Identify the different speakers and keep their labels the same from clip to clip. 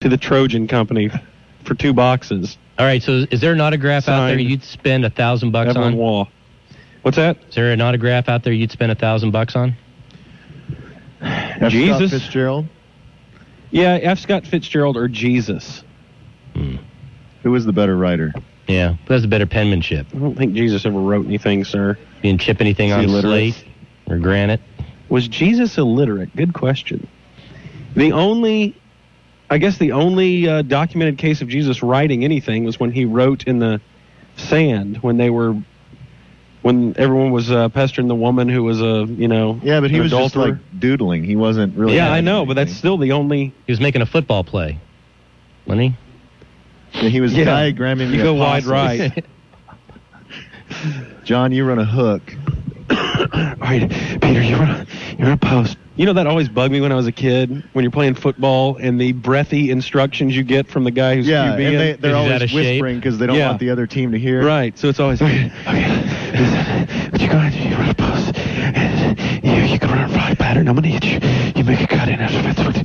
Speaker 1: to the Trojan Company for two boxes.
Speaker 2: All right, so is there an autograph out there
Speaker 1: Signed.
Speaker 2: you'd spend a thousand bucks
Speaker 1: Evelyn
Speaker 2: on?
Speaker 1: Wall. What's that?
Speaker 2: Is there an autograph out there you'd spend a thousand bucks on?
Speaker 3: F. Scott
Speaker 1: Jesus.
Speaker 3: Fitzgerald.
Speaker 1: Yeah, F. Scott Fitzgerald or Jesus.
Speaker 3: Who was the better writer?
Speaker 2: Yeah, that's better penmanship.
Speaker 1: I don't think Jesus ever wrote anything, sir.
Speaker 2: You can chip anything
Speaker 3: Is he
Speaker 2: on
Speaker 3: illiterate?
Speaker 2: slate or granite.
Speaker 1: Was Jesus illiterate? Good question. The only, I guess, the only uh, documented case of Jesus writing anything was when he wrote in the sand when they were, when everyone was uh, pestering the woman who was a, you know,
Speaker 3: Yeah, but he
Speaker 1: an
Speaker 3: was just
Speaker 1: adulterer.
Speaker 3: like doodling. He wasn't really.
Speaker 1: yeah, I
Speaker 3: writing
Speaker 1: know, but that's
Speaker 3: anything.
Speaker 1: still the only.
Speaker 2: He was making a football play, wasn't he?
Speaker 3: Yeah, he was
Speaker 1: Yeah.
Speaker 3: diagramming.
Speaker 1: You
Speaker 3: the
Speaker 1: go wide
Speaker 3: apostles.
Speaker 1: right.
Speaker 3: John, you run a hook.
Speaker 1: All right, Peter, you're on, you're on post. You know that always bugged me when I was a kid. When you're playing football and the breathy instructions you get from the guy who's
Speaker 3: Yeah,
Speaker 1: QB.
Speaker 3: and they, they're
Speaker 2: Is he
Speaker 3: always
Speaker 2: out of shape?
Speaker 3: whispering because they don't
Speaker 1: Yeah.
Speaker 3: want the other team to hear.
Speaker 1: right, so it's always okay. okay. What you gonna do? You run a post. You you can run a right pattern. I'm gonna hit you. You make a cut in after that's what.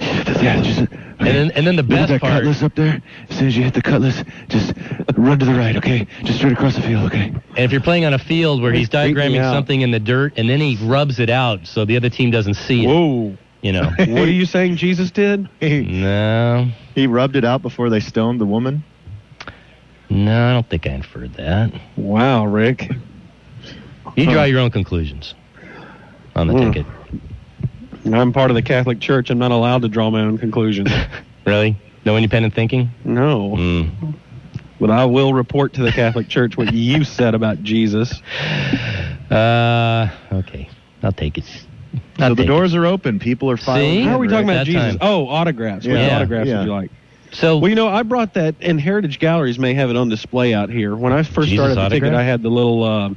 Speaker 1: Yeah, just.
Speaker 2: And then, and then the best part. And
Speaker 1: up there. As soon as you hit the cutlass, just run to the right. Okay, just straight across the field. Okay.
Speaker 2: if you're playing on a field where he's
Speaker 1: Freak me
Speaker 2: diagramming
Speaker 1: out.
Speaker 2: something in the dirt and then he rubs it out so the other team doesn't see it,
Speaker 1: Whoa.
Speaker 2: you know.
Speaker 1: What are you saying Jesus did?
Speaker 3: He,
Speaker 2: no,
Speaker 3: he rubbed it out before they stoned the woman.
Speaker 2: no, I don't think I inferred that.
Speaker 1: Wow, Rick.
Speaker 2: You draw your own conclusions on the
Speaker 1: Hmm.
Speaker 2: ticket.
Speaker 1: I'm part of the Catholic Church. I'm not allowed to draw my own conclusions.
Speaker 2: Really? No independent thinking?
Speaker 1: No.
Speaker 2: Mm.
Speaker 1: But I will report to the Catholic Church what you said about Jesus.
Speaker 2: Uh, okay. I'll take it. I'll
Speaker 3: so the
Speaker 2: take
Speaker 3: doors are open. People are filing.
Speaker 2: See?
Speaker 3: in
Speaker 1: How are we
Speaker 3: right
Speaker 1: talking about
Speaker 2: That
Speaker 1: Jesus?
Speaker 2: time.
Speaker 1: Oh, autographs. Which
Speaker 3: Yeah.
Speaker 1: autographs
Speaker 3: Yeah.
Speaker 1: would you like?
Speaker 2: It. So
Speaker 1: Well, you know, I brought that, and Heritage Galleries may have it on display out here. When I first
Speaker 2: Jesus
Speaker 1: started the ticket,
Speaker 2: autograph?
Speaker 1: I had the little uh,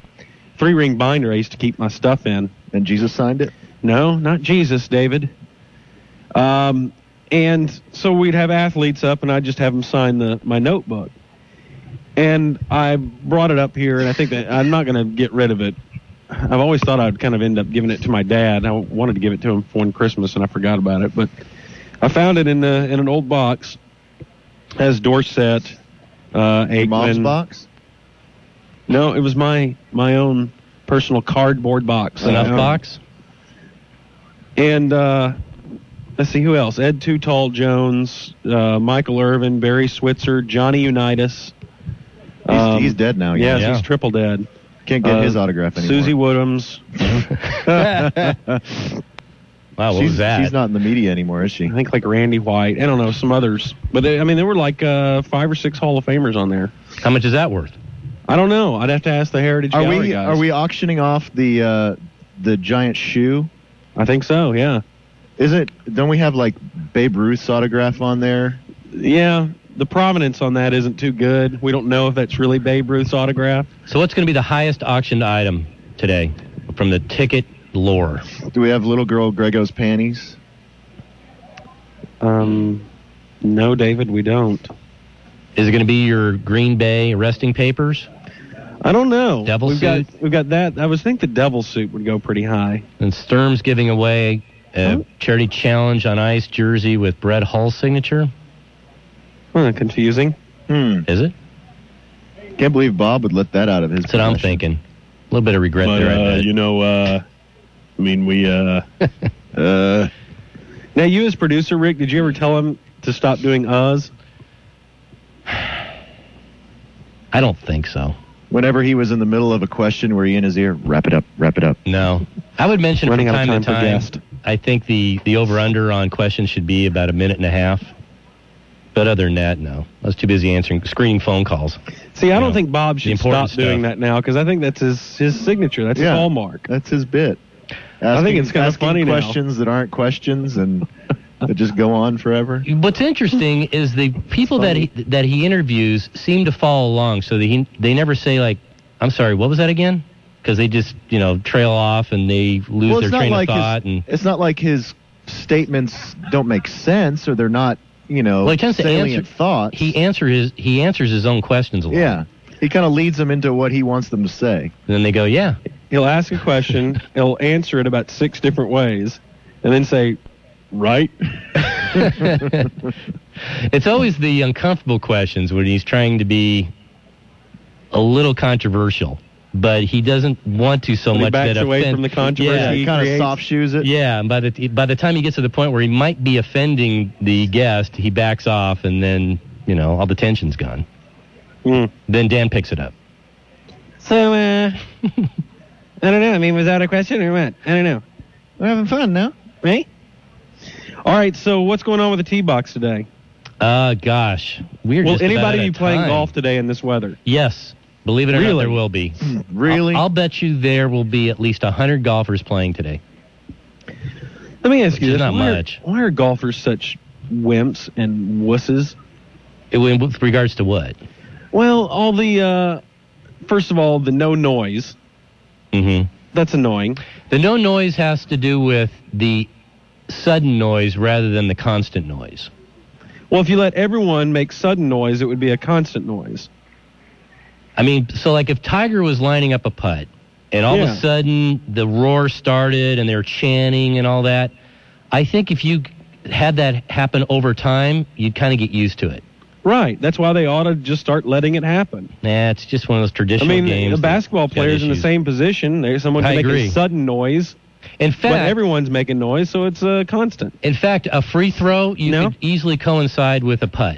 Speaker 1: three ring binder I used to keep my stuff in.
Speaker 3: And Jesus signed it.
Speaker 1: No, not Jesus, David. Um, and so we'd have athletes up, and I'd just have them sign the my notebook. And I brought it up here, and I think that I'm not going to get rid of it. I've always thought I'd kind of end up giving it to my dad. I wanted to give it to him for one Christmas, and I forgot about it. But I found it in the, in an old box. Has Dorset, uh,
Speaker 3: Your Mom's
Speaker 1: Aikman-
Speaker 3: box.
Speaker 1: No, it was my my own personal cardboard box. that I
Speaker 2: enough
Speaker 3: Oh.
Speaker 1: owned.
Speaker 2: box.
Speaker 1: And uh, let's see who else: Ed Too Tall Jones, uh, Michael Irvin, Barry Switzer, Johnny Unitas.
Speaker 3: He's,
Speaker 1: Um,
Speaker 3: he's dead now.
Speaker 1: Yes,
Speaker 2: Yeah.
Speaker 1: he's triple dead.
Speaker 3: Can't get
Speaker 1: Uh,
Speaker 3: his autograph anymore.
Speaker 1: Susie Woodhams.
Speaker 2: Wow, what
Speaker 3: she's,
Speaker 2: was that?
Speaker 3: she's not in the media anymore, is she?
Speaker 1: I think like Randy White. I don't know some others, but they, I mean there were like uh, five or six Hall of Famers on there.
Speaker 2: How much is that worth?
Speaker 1: I don't know. I'd have to ask the Heritage
Speaker 3: Are
Speaker 1: Gallery
Speaker 3: we
Speaker 1: guys.
Speaker 3: are we auctioning off the uh, the giant shoe?
Speaker 1: I think so. Yeah.
Speaker 3: Is it? Don't we have like Babe Ruth's autograph on there?
Speaker 1: Yeah. The provenance on that isn't too good. We don't know if that's really Babe Ruth's autograph.
Speaker 2: So what's going to be the highest auctioned item today from the ticket lore?
Speaker 3: Do we have little girl Grego's panties?
Speaker 1: Um, no, David, we don't.
Speaker 2: Is it going to be your Green Bay arresting papers?
Speaker 1: I don't know.
Speaker 2: Devil
Speaker 1: we've got we've got that. I was think the devil suit would go pretty high.
Speaker 2: And Sturm's giving away a charity challenge on ice jersey with Brett Hull's signature.
Speaker 1: Huh, confusing.
Speaker 3: Hmm.
Speaker 2: Is it?
Speaker 3: Can't believe Bob would let that out of his.
Speaker 2: That's what I'm
Speaker 3: possession.
Speaker 2: thinking. A little bit of regret there. I bet.
Speaker 1: know, uh, I mean, we. Uh...
Speaker 3: Uh,
Speaker 1: now, you as producer, Rick, did you ever tell him to stop doing us?
Speaker 2: I don't think so.
Speaker 3: whenever he was in the middle of a question, were you in his ear? Wrap it up. Wrap it up.
Speaker 2: No. I would mention
Speaker 1: Running
Speaker 2: from
Speaker 1: out of time
Speaker 2: time, to
Speaker 1: per
Speaker 2: time.
Speaker 1: guest.
Speaker 2: I think the, the over under on questions should be about a minute and a half. But other than that, no. I was too busy answering screening phone calls.
Speaker 1: See, I
Speaker 2: No.
Speaker 1: don't think Bob should stop
Speaker 2: important
Speaker 1: doing
Speaker 2: stuff.
Speaker 1: that now because I think that's his his signature. That's
Speaker 3: Yeah.
Speaker 1: his hallmark.
Speaker 3: That's his bit.
Speaker 1: I think
Speaker 3: Asking-
Speaker 1: it's kinda
Speaker 3: asking
Speaker 1: funny now.
Speaker 3: questions that aren't questions and that just go on forever.
Speaker 2: What's interesting is the people that he, that he interviews seem to follow along, so that he, they never say like, "I'm sorry, what was that again?" Because they just you know trail off and they lose
Speaker 3: well,
Speaker 2: their
Speaker 3: it's not
Speaker 2: train
Speaker 3: like
Speaker 2: of thought.
Speaker 3: his,
Speaker 2: and
Speaker 3: it's not like his statements don't make sense or they're not, you know,
Speaker 2: Well, he tends to
Speaker 3: salient
Speaker 2: answer-
Speaker 3: thoughts.
Speaker 2: he answer his he answers his own questions a lot.
Speaker 3: yeah, he kind of leads them into what he wants them to say.
Speaker 2: And then they go, "Yeah,
Speaker 1: He'll ask a question, he'll answer it about six different ways, and then say, "Right."
Speaker 2: It's always the uncomfortable questions when he's trying to be a little controversial, but he doesn't want to so
Speaker 1: When he
Speaker 2: much
Speaker 1: backs
Speaker 2: that
Speaker 1: away
Speaker 2: offend-
Speaker 1: from the controversy,
Speaker 2: Yeah,
Speaker 1: he
Speaker 3: kind of
Speaker 1: creates-
Speaker 3: soft shoes it.
Speaker 2: yeah, and by the by the time he gets to the point where he might be offending the guest, he backs off, and then you know all the tension's gone.
Speaker 1: Mm.
Speaker 2: Then Dan picks it up.
Speaker 1: So, uh, I don't know. I mean, was that a question or what? I don't know.
Speaker 3: We're having fun now.
Speaker 1: Me? All right. So, what's going on with the tee box today?
Speaker 2: Uh gosh, we're
Speaker 1: Will
Speaker 2: just about
Speaker 1: anybody
Speaker 2: out
Speaker 1: be
Speaker 2: of
Speaker 1: playing
Speaker 2: time.
Speaker 1: golf today in this weather?
Speaker 2: Yes, believe it or not,
Speaker 1: Really? Hmm.
Speaker 2: there will be.
Speaker 3: Really?
Speaker 2: I'll, I'll bet you there will be at least hundred golfers playing today.
Speaker 1: Let me ask
Speaker 2: Which is
Speaker 1: you this:
Speaker 2: not
Speaker 1: why,
Speaker 2: much.
Speaker 1: Are, why are golfers such wimps and wusses?
Speaker 2: It- with regards to what?
Speaker 1: Well, all the uh, first of all, the no noise.
Speaker 2: hmm
Speaker 1: That's annoying.
Speaker 2: The no noise has to do with the sudden noise rather than the constant noise.
Speaker 1: Well, if you let everyone make sudden noise, it would be a constant noise.
Speaker 2: I mean, so like if Tiger was lining up a putt and all of
Speaker 1: Yeah.
Speaker 2: a sudden the roar started and they were chanting and all that, I think if you had that happen over time, you'd kind of get used to it.
Speaker 1: Right. That's why they ought to just start letting it happen.
Speaker 2: Nah, it's just one of those
Speaker 1: I
Speaker 2: traditional
Speaker 1: mean,
Speaker 2: games.
Speaker 1: the
Speaker 2: that
Speaker 1: basketball
Speaker 2: got
Speaker 1: player's in the
Speaker 2: issues.
Speaker 1: same position. There's someone
Speaker 2: I
Speaker 1: can make
Speaker 2: agree.
Speaker 1: a sudden noise,
Speaker 2: In
Speaker 1: but
Speaker 2: fact,
Speaker 1: everyone's making noise, so it's a constant.
Speaker 2: in fact, a free throw you
Speaker 1: No?
Speaker 2: could easily coincide with a putt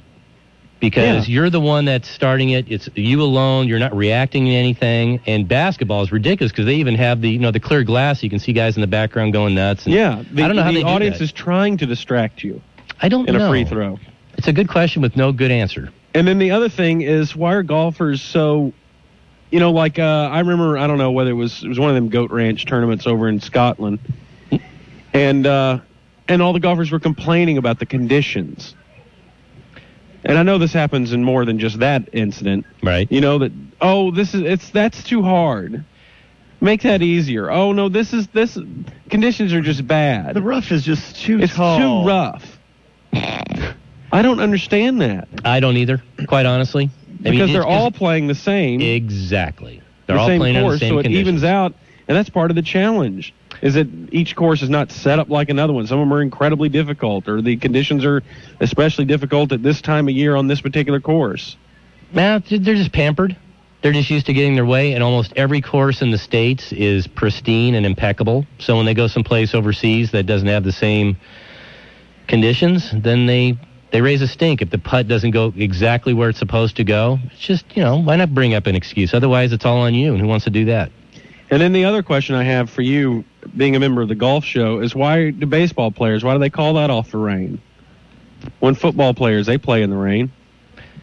Speaker 2: because you're the one that's starting it. It's you alone. You're not reacting to anything. And basketball is ridiculous because they even have the you know the clear glass. You can see guys in the background going nuts. And
Speaker 1: Yeah. The,
Speaker 2: I don't know how
Speaker 1: the
Speaker 2: they do
Speaker 1: audience
Speaker 2: that.
Speaker 1: is trying to distract you
Speaker 2: I don't
Speaker 1: in
Speaker 2: know.
Speaker 1: a free throw.
Speaker 2: It's a good question with no good answer.
Speaker 1: And then the other thing is, why are golfers so, you know, like uh, I remember, I don't know whether it was it was one of them Goat Ranch tournaments over in Scotland, and uh, and all the golfers were complaining about the conditions. And I know this happens in more than just that incident.
Speaker 2: Right.
Speaker 1: You know that oh this is it's that's too hard. Make that easier. Oh no, this is this conditions are just bad.
Speaker 3: The rough is just too
Speaker 1: it's
Speaker 3: tall.
Speaker 1: too rough. I don't understand that
Speaker 2: I don't either, quite honestly. I mean,
Speaker 1: because
Speaker 2: it's
Speaker 1: they're all
Speaker 2: just-
Speaker 1: playing the same,
Speaker 2: exactly. They're
Speaker 1: the
Speaker 2: all
Speaker 1: same
Speaker 2: playing on
Speaker 1: course,
Speaker 2: the same
Speaker 1: so it
Speaker 2: conditions.
Speaker 1: evens out, and that's part of the challenge. Is that each course is not set up like another one? Some of them are incredibly difficult, or the conditions are especially difficult at this time of year on this particular course.
Speaker 2: Nah, th- they're just pampered. They're just used to getting their way, and almost every course in the states is pristine and impeccable. So when they go someplace overseas that doesn't have the same conditions, then they they raise a stink if the putt doesn't go exactly where it's supposed to go. It's just you know why not bring up an excuse? Otherwise, it's all on you, and who wants to do that?
Speaker 1: And then the other question I have for you, being a member of the golf show, is why do baseball players? Why do they call that off the rain? When football players they play in the rain.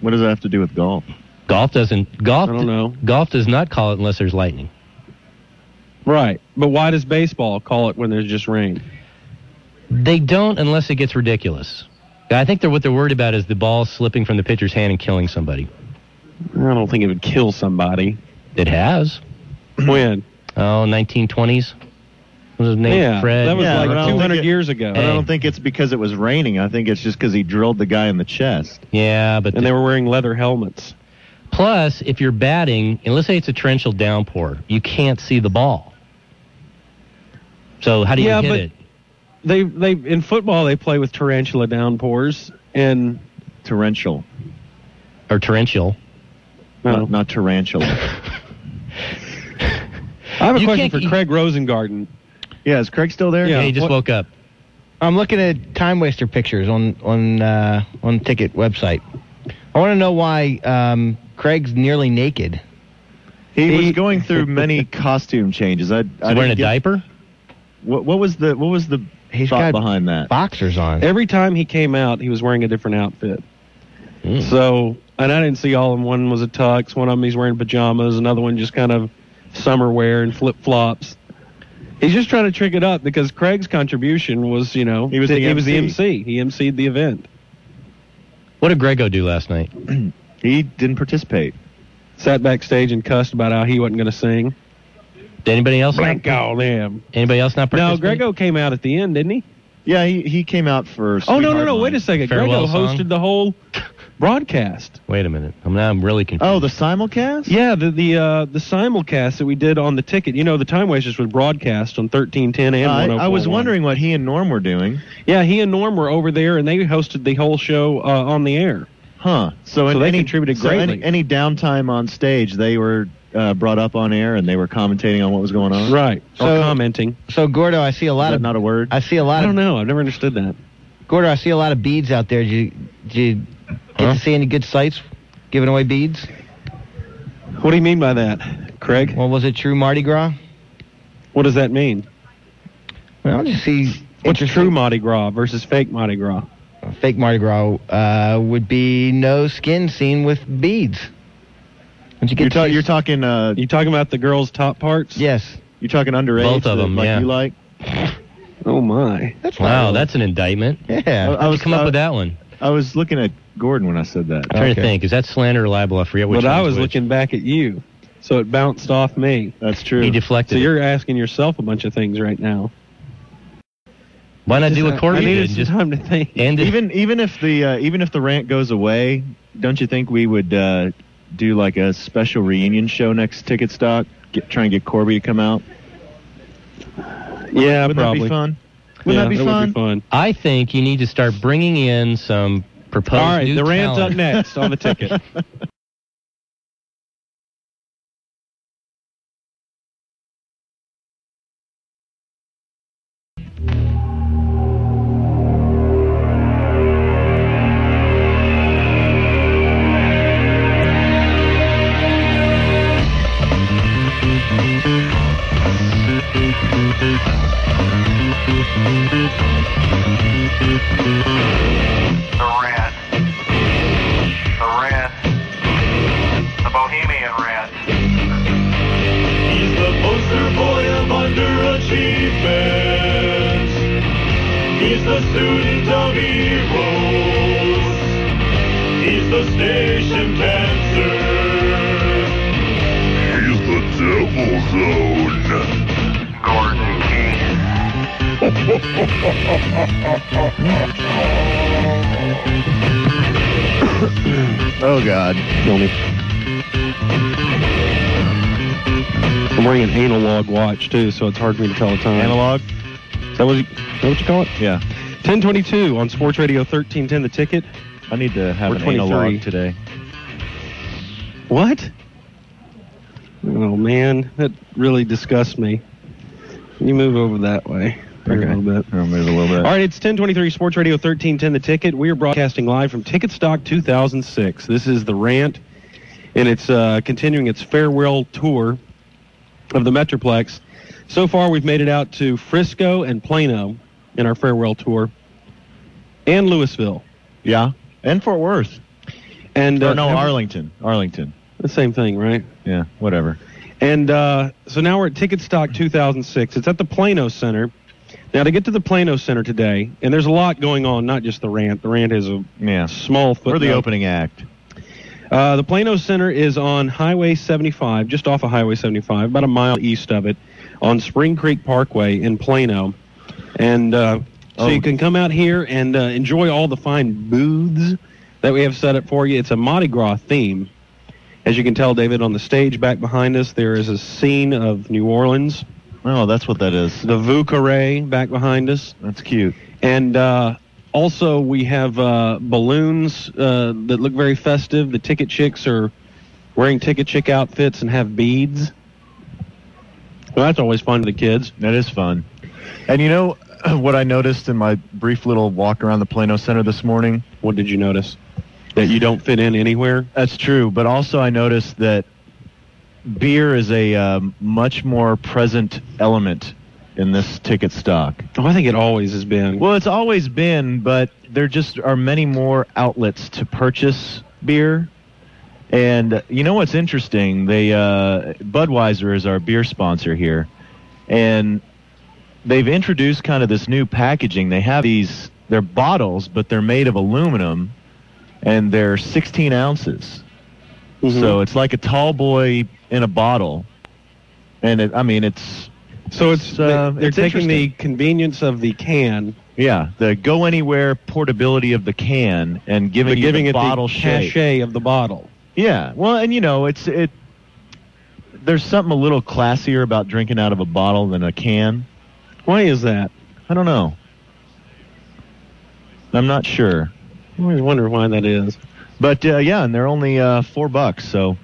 Speaker 3: What does that have to do with golf?
Speaker 2: Golf doesn't golf
Speaker 1: I don't know.
Speaker 2: golf does not call it unless there's lightning.
Speaker 1: Right, but why does baseball call it when there's just rain?
Speaker 2: They don't unless it gets ridiculous. I think they're what they're worried about is the ball slipping from the pitcher's hand and killing somebody.
Speaker 1: I don't think it would kill somebody.
Speaker 2: It has.
Speaker 1: when?
Speaker 2: Oh, 1920s. What was his name?
Speaker 1: Yeah,
Speaker 2: Fred.
Speaker 1: that was
Speaker 3: Yeah, I don't
Speaker 1: like
Speaker 3: think
Speaker 1: 200
Speaker 3: it-
Speaker 1: years ago.
Speaker 3: I
Speaker 2: Hey.
Speaker 3: don't think it's because it was raining. I think it's just because he drilled the guy in the chest.
Speaker 2: Yeah, but
Speaker 1: And they were wearing leather helmets.
Speaker 2: plus, if you're batting, and let's say it's a torrential downpour, you can't see the ball. So how do you
Speaker 1: Yeah,
Speaker 2: hit
Speaker 1: but-
Speaker 2: it?
Speaker 1: They they in football they play with tarantula downpours and
Speaker 3: Torrential,
Speaker 2: Or torrential?
Speaker 1: no.
Speaker 3: not, not tarantula.
Speaker 1: I have a
Speaker 2: You
Speaker 1: question
Speaker 2: can't-
Speaker 1: for
Speaker 2: you-
Speaker 1: Craig Rosengarten.
Speaker 3: yeah, is Craig still there?
Speaker 1: Yeah.
Speaker 2: Yeah, he just
Speaker 4: What-
Speaker 2: woke up.
Speaker 4: I'm looking at time waster pictures on on uh, on ticket website. I want to know why um, Craig's nearly naked.
Speaker 3: He,
Speaker 1: He-
Speaker 3: was going through many costume changes. I, I
Speaker 2: He's wearing
Speaker 3: didn't
Speaker 2: a
Speaker 3: get-
Speaker 2: diaper?
Speaker 3: What, what was the what was the
Speaker 4: He's got
Speaker 3: thought behind that?
Speaker 4: boxers on.
Speaker 1: Every time he came out, he was wearing a different outfit.
Speaker 2: Mm.
Speaker 1: So and I didn't see all of them. One was a tux. One of them he's wearing pajamas. Another one just kind of summer wear and flip flops. He's just trying to trick it up because Craig's contribution was you know
Speaker 3: He was
Speaker 1: that
Speaker 3: the
Speaker 1: he was the
Speaker 3: MC.
Speaker 1: MC. He MC'd the event.
Speaker 2: What did Grego do last night?
Speaker 3: He didn't participate.
Speaker 1: Sat backstage and cussed about how he wasn't going to sing.
Speaker 2: Did anybody else?
Speaker 1: Blank all them.
Speaker 2: Anybody else not
Speaker 1: No,
Speaker 2: participate?
Speaker 1: Grego came out at the end, didn't he?
Speaker 3: Yeah, he, he came out for.
Speaker 1: Oh no, no,
Speaker 3: Sweetheart
Speaker 1: no!
Speaker 3: Mine.
Speaker 1: Wait a second. Grego
Speaker 2: Farewell song?
Speaker 1: hosted the whole broadcast.
Speaker 2: Wait a minute. I'm now I'm really confused.
Speaker 3: Oh, the simulcast?
Speaker 1: Yeah, the the uh, the simulcast that we did on the ticket. You know, the Time Wasters was broadcast on thirteen ten and
Speaker 3: I,
Speaker 1: 1041.
Speaker 3: I was wondering what he and Norm were doing.
Speaker 1: Yeah, he and Norm were over there, and they hosted the whole show uh, on the air.
Speaker 3: Huh. So, in
Speaker 1: they
Speaker 3: any,
Speaker 1: contributed
Speaker 3: so any,
Speaker 1: greatly.
Speaker 3: any downtime on stage, they were uh, brought up on air and they were commentating on what was going on.
Speaker 1: Right.
Speaker 4: So-
Speaker 1: or commenting.
Speaker 4: So Gordo, I see a lot
Speaker 3: Not,
Speaker 4: of
Speaker 3: not a word.
Speaker 4: I see a
Speaker 1: I
Speaker 4: lot
Speaker 1: don't
Speaker 4: of
Speaker 1: know. I've never understood that.
Speaker 4: Gordo, I see a lot of beads out there. Did you did you get
Speaker 2: Huh?
Speaker 4: to see any good sights giving away beads?
Speaker 1: What do you mean by that, Craig?
Speaker 4: Well, was it true Mardi Gras?
Speaker 1: What does that mean?
Speaker 4: Well, did you see
Speaker 1: What's true Mardi Gras versus fake Mardi Gras?
Speaker 4: fake Mardi Gras uh, would be no skin seen with beads. Did you get
Speaker 3: You're,
Speaker 4: to
Speaker 3: ta-
Speaker 4: see-
Speaker 3: you're talking. Uh,
Speaker 1: You talking about the girls' top parts?
Speaker 4: Yes.
Speaker 3: you're talking underage.
Speaker 2: Both of
Speaker 3: that,
Speaker 2: them,
Speaker 3: Like
Speaker 2: yeah.
Speaker 3: You like.
Speaker 1: Oh my.
Speaker 4: That's
Speaker 2: wow,
Speaker 4: not-
Speaker 2: that's an indictment.
Speaker 4: yeah.
Speaker 3: I
Speaker 2: How'd
Speaker 3: was-
Speaker 2: you come
Speaker 3: I-
Speaker 1: uh,
Speaker 2: up with that one?
Speaker 3: I was looking at Gordon when I said that.
Speaker 2: I'm trying
Speaker 4: okay.
Speaker 2: to think. Is that slander or libel? I forget which
Speaker 1: but I
Speaker 2: one's
Speaker 1: was
Speaker 2: which.
Speaker 1: looking back at you, so it bounced off me.
Speaker 3: That's true.
Speaker 2: He
Speaker 1: So
Speaker 2: deflected. it.
Speaker 1: you're asking yourself a bunch of things right now.
Speaker 2: Why not do
Speaker 1: Just-
Speaker 2: what Corby
Speaker 1: I needed
Speaker 2: did?
Speaker 1: some
Speaker 2: Just
Speaker 1: time to think.
Speaker 2: end it.
Speaker 3: even even if the uh, even if the rant goes away, don't you think we would uh, do like a special reunion show next ticket stock? Get, try and get Corby to come out.
Speaker 1: yeah,
Speaker 3: Wouldn't
Speaker 1: probably.
Speaker 3: that be fun? Wouldn't
Speaker 1: Yeah,
Speaker 3: that be
Speaker 1: would
Speaker 3: fun?
Speaker 1: be fun.
Speaker 2: I think you need to start bringing in some proposed.
Speaker 1: All right,
Speaker 2: new
Speaker 1: the rant's up
Speaker 2: talent.
Speaker 1: next on the ticket.
Speaker 5: the red, the red, the bohemian red.
Speaker 6: He's the poster boy of underachievement. He's the student of heroes. He's the station cancer. He's the devil zone.
Speaker 5: Gordon Key.
Speaker 3: Oh God.
Speaker 1: Kill me. I'm wearing an analog watch too, so it's hard for me to tell the time.
Speaker 3: Analog.
Speaker 1: Is that what you, is that what you call it?
Speaker 3: Yeah.
Speaker 1: 1022 on Sports Radio 1310 The Ticket.
Speaker 3: I need to have
Speaker 1: We're
Speaker 3: an analog
Speaker 1: 23.
Speaker 3: today.
Speaker 1: What? Oh man, that really disgusts me. You move over that way a little bit.
Speaker 3: I'll move a little bit.
Speaker 1: All right, it's 1023 Sports Radio 1310 The Ticket. We are broadcasting live from Ticket Stock 2006. This is The Rant, and it's uh, continuing its farewell tour of the Metroplex. So far, we've made it out to Frisco and Plano in our farewell tour, and Louisville.
Speaker 3: Yeah. And Fort Worth.
Speaker 1: And
Speaker 3: Or no,
Speaker 1: have-
Speaker 3: Arlington. Arlington.
Speaker 1: the same thing, right?
Speaker 3: Yeah. Whatever.
Speaker 1: And uh, so now we're at Ticket Stock 2006. It's at the Plano Center. Now, to get to the Plano Center today, and there's a lot going on, not just the rant. The rant is a
Speaker 3: Yeah.
Speaker 1: small footnote.
Speaker 3: We're the opening act.
Speaker 1: Uh, the Plano Center is on Highway 75, just off of Highway 75, about a mile east of it, on Spring Creek Parkway in Plano. And uh, so
Speaker 3: Oh.
Speaker 1: you can come out here and uh, enjoy all the fine booths that we have set up for you. It's a Mardi Gras theme. As you can tell, David, on the stage back behind us, there is a scene of New Orleans,
Speaker 3: Oh, that's what that is.
Speaker 1: the Vucaray back behind us.
Speaker 3: That's cute.
Speaker 1: And uh, also, we have uh, balloons uh, that look very festive. The ticket chicks are wearing ticket chick outfits and have beads. Well, that's always fun for the kids.
Speaker 3: That is fun. And you know what I noticed in my brief little walk around the Plano Center this morning?
Speaker 1: What did you notice? That you don't fit in anywhere?
Speaker 3: That's true, but also I noticed that beer is a um, much more present element in this ticket stock.
Speaker 1: Oh, I think it always has been.
Speaker 3: Well, it's always been, but there just are many more outlets to purchase beer. And uh, you know what's interesting? They uh, Budweiser is our beer sponsor here, and they've introduced kind of this new packaging. They have these they're bottles, but they're made of aluminum, and they're 16 ounces.
Speaker 1: Mhm.
Speaker 3: So it's like a tall boy in a bottle, and it, I mean it's
Speaker 1: so it's
Speaker 3: uh,
Speaker 1: they, are
Speaker 3: it's
Speaker 1: taking the
Speaker 3: interesting.
Speaker 1: convenience of the can
Speaker 3: Yeah, the go anywhere portability of the can and giving
Speaker 1: But
Speaker 3: you
Speaker 1: giving
Speaker 3: the
Speaker 1: it
Speaker 3: bottle
Speaker 1: the
Speaker 3: shape.
Speaker 1: cachet of the bottle.
Speaker 3: Yeah, well, and you know, it's it. There's something a little classier about drinking out of a bottle than a can.
Speaker 1: Why is that?
Speaker 3: I don't know. I'm not sure,
Speaker 1: I always wonder why that is.
Speaker 3: but uh, yeah, and they're only uh, four bucks, so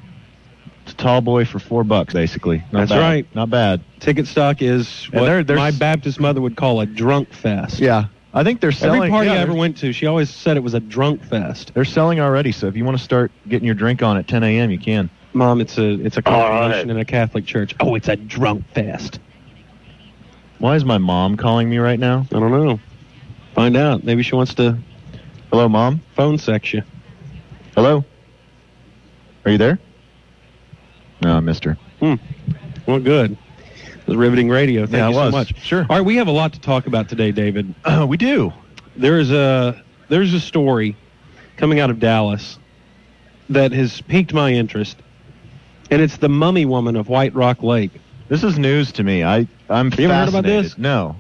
Speaker 3: it's a tall boy for four bucks, basically. Not
Speaker 1: That's
Speaker 3: bad.
Speaker 1: right.
Speaker 3: Not bad.
Speaker 1: Ticket stock is
Speaker 3: And
Speaker 1: what
Speaker 3: there- there's-
Speaker 1: my Baptist mother would call a drunk fest.
Speaker 3: Yeah, I think they're selling.
Speaker 1: Every party
Speaker 3: yeah,
Speaker 1: I ever
Speaker 3: they're-
Speaker 1: went to, she always said it was a drunk fest.
Speaker 3: They're selling already, so if you want to start getting your drink on at 10 a.m., you can.
Speaker 1: Mom, it's a it's a
Speaker 5: All
Speaker 1: congregation
Speaker 5: right.
Speaker 1: in a Catholic church. Oh, it's a drunk fest.
Speaker 3: Why is my mom calling me right now?
Speaker 1: I don't know. Find out. Maybe she wants to
Speaker 3: Hello, mom.
Speaker 1: phone sex you.
Speaker 3: Hello. Are you there? No, I missed her.
Speaker 1: Well, good. It was riveting radio. Thank
Speaker 3: Yeah, it
Speaker 1: you so
Speaker 3: was.
Speaker 1: much.
Speaker 3: Sure.
Speaker 1: All right, we have a lot to talk about today, David.
Speaker 3: Uh, we do.
Speaker 1: There's a there's a story coming out of Dallas that has piqued my interest, and it's the mummy woman of White Rock Lake.
Speaker 3: This is news to me. I I'm
Speaker 1: You ever heard about
Speaker 3: fascinated.
Speaker 1: this?
Speaker 3: No.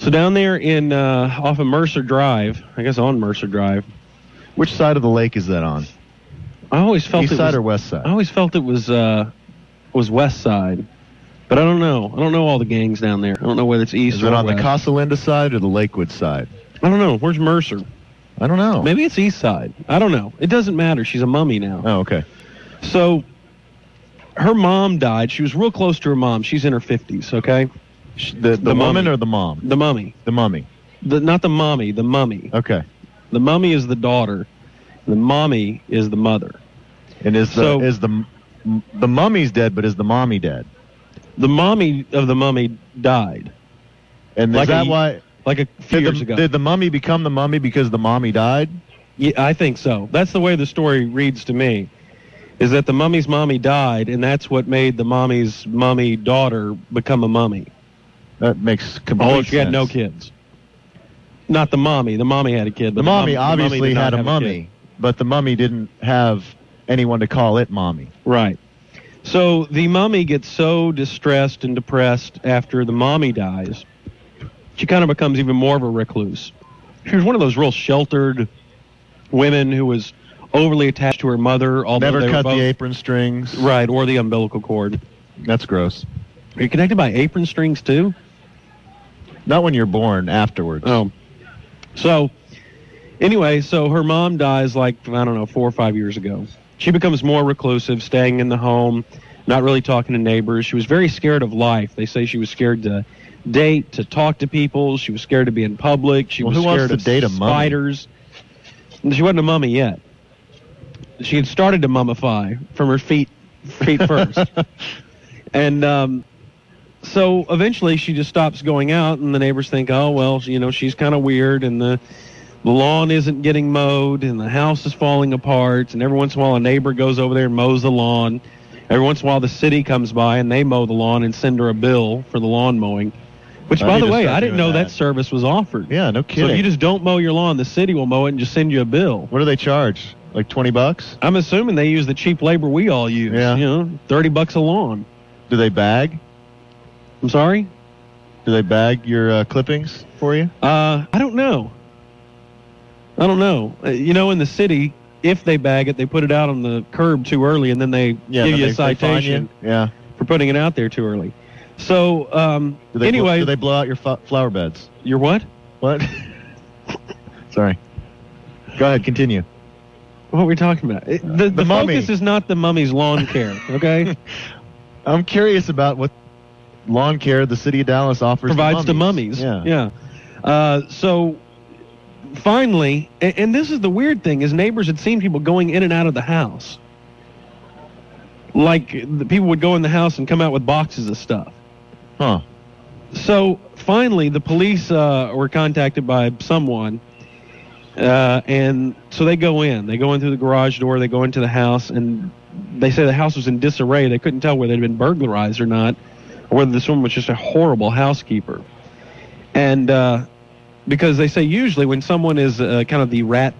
Speaker 1: So down there in uh, off of Mercer Drive, I guess on Mercer Drive,
Speaker 3: Which side of the lake is that on?
Speaker 1: I always felt
Speaker 3: East
Speaker 1: it
Speaker 3: side
Speaker 1: was,
Speaker 3: or west side?
Speaker 1: I always felt it was uh, was West Side, but I don't know. I don't know all the gangs down there. I don't know whether it's East
Speaker 3: is
Speaker 1: or
Speaker 3: it on the
Speaker 1: west.
Speaker 3: Casa Linda side or the Lakewood side?
Speaker 1: I don't know. Where's Mercer?
Speaker 3: I don't know.
Speaker 1: Maybe it's East Side. I don't know. It doesn't matter. She's a mummy now.
Speaker 3: Oh, okay.
Speaker 1: So her mom died. She was real close to her mom. She's in her 50s, okay?
Speaker 3: Sh- The the,
Speaker 1: The
Speaker 3: woman
Speaker 1: mummy.
Speaker 3: or Uh. the mom?
Speaker 1: The mummy.
Speaker 3: The mummy.
Speaker 1: The, not the mommy, the mummy.
Speaker 3: Okay.
Speaker 1: The mummy is the daughter. The mommy is the mother.
Speaker 3: And is the
Speaker 1: So-
Speaker 3: is the m- m- the mummy's dead, but is the mommy dead?
Speaker 1: The mommy of the mummy died
Speaker 3: And
Speaker 1: Like
Speaker 3: is that
Speaker 1: a-
Speaker 3: why
Speaker 1: like a few
Speaker 3: did
Speaker 1: years
Speaker 3: the,
Speaker 1: ago.
Speaker 3: did the mummy become the mummy because the mommy died?
Speaker 1: yeah, I think so. That's the way the story reads to me. Is that the mummy's mommy died, and that's what made the mommy's mummy daughter become a mummy.
Speaker 3: That makes complete
Speaker 1: Oh,
Speaker 3: sense.
Speaker 1: she had no kids. Not the mommy. The mommy had a kid.
Speaker 3: The
Speaker 1: but
Speaker 3: mommy
Speaker 1: mum- the
Speaker 3: obviously
Speaker 1: did not
Speaker 3: had a
Speaker 1: have
Speaker 3: mummy,
Speaker 1: kid.
Speaker 3: but the mummy didn't have anyone to call it mommy.
Speaker 1: right. So the mummy gets so distressed and depressed after the mommy dies, she kind of becomes even more of a recluse. She was one of those real sheltered women who was overly attached to her mother, although
Speaker 3: Never
Speaker 1: they were
Speaker 3: cut
Speaker 1: both-
Speaker 3: the apron strings.
Speaker 1: right or the umbilical cord.
Speaker 3: That's gross.
Speaker 1: Are you connected by apron strings too?
Speaker 3: Not when you're born, afterwards.
Speaker 1: Oh. So, anyway, so her mom dies like, I don't know, four or five years ago. She becomes more reclusive, staying in the home, not really talking to neighbors. She was very scared of life. They say she was scared to date, to talk to people. She was scared to be in public. She
Speaker 3: Well,
Speaker 1: was
Speaker 3: who wants
Speaker 1: scared
Speaker 3: to
Speaker 1: of
Speaker 3: date a mummy?
Speaker 1: spiders. She wasn't a mummy yet. She had started to mummify from her feet, feet first. and um, so eventually she just stops going out and the neighbors think oh well you know she's kind of weird and the the lawn isn't getting mowed and the house is falling apart and every once in a while a neighbor goes over there and mows the lawn every once in a while the city comes by and they mow the lawn and send her a bill for the lawn mowing which
Speaker 3: I
Speaker 1: by
Speaker 3: need
Speaker 1: the
Speaker 3: to
Speaker 1: way
Speaker 3: start
Speaker 1: i didn't
Speaker 3: doing
Speaker 1: know that.
Speaker 3: that.
Speaker 1: service was offered
Speaker 3: Yeah, no
Speaker 1: so
Speaker 3: kidding.
Speaker 1: if you just don't mow your lawn the city will mow it and just send you a bill
Speaker 3: what do they charge? Like 20 bucks?
Speaker 1: i'm assuming they use the cheap labor we all use
Speaker 3: Yeah.
Speaker 1: you know 30 bucks a lawn
Speaker 3: Do they bag?
Speaker 1: i'm sorry
Speaker 3: Do they bag your uh, clippings for you?
Speaker 1: Uh, I don't know. I don't know. Uh, you know, in the city, if they bag it, they put it out on the curb too early, and then they give
Speaker 3: then
Speaker 1: you a
Speaker 3: they- they fine you?
Speaker 1: citation
Speaker 3: Yeah.
Speaker 1: for putting it out there too early. So, um,
Speaker 3: Do they bl-
Speaker 1: anyway,
Speaker 3: do they blow out your fo- flower beds?
Speaker 1: you're what?
Speaker 3: What? Sorry. Go ahead, continue.
Speaker 1: What are we talking about? It- the the,
Speaker 3: The mummy.
Speaker 1: focus is not the mummy's lawn care, okay?
Speaker 3: I'm curious about what lawn care the city of Dallas offers. to
Speaker 1: provides to mummies.
Speaker 3: Yeah.
Speaker 1: yeah. Uh, so finally, and, and this is the weird thing: is neighbors had seen people going in and out of the house. Like the people would go in the house and come out with boxes of stuff.
Speaker 3: Huh.
Speaker 1: So finally, the police uh, were contacted by someone, uh, and so they go in. They go in through the garage door. They go into the house, and they say the house was in disarray. They couldn't tell whether it had been burglarized or not, or whether this woman was just a horrible housekeeper. And uh, because they say usually when someone is uh, kind of the rat,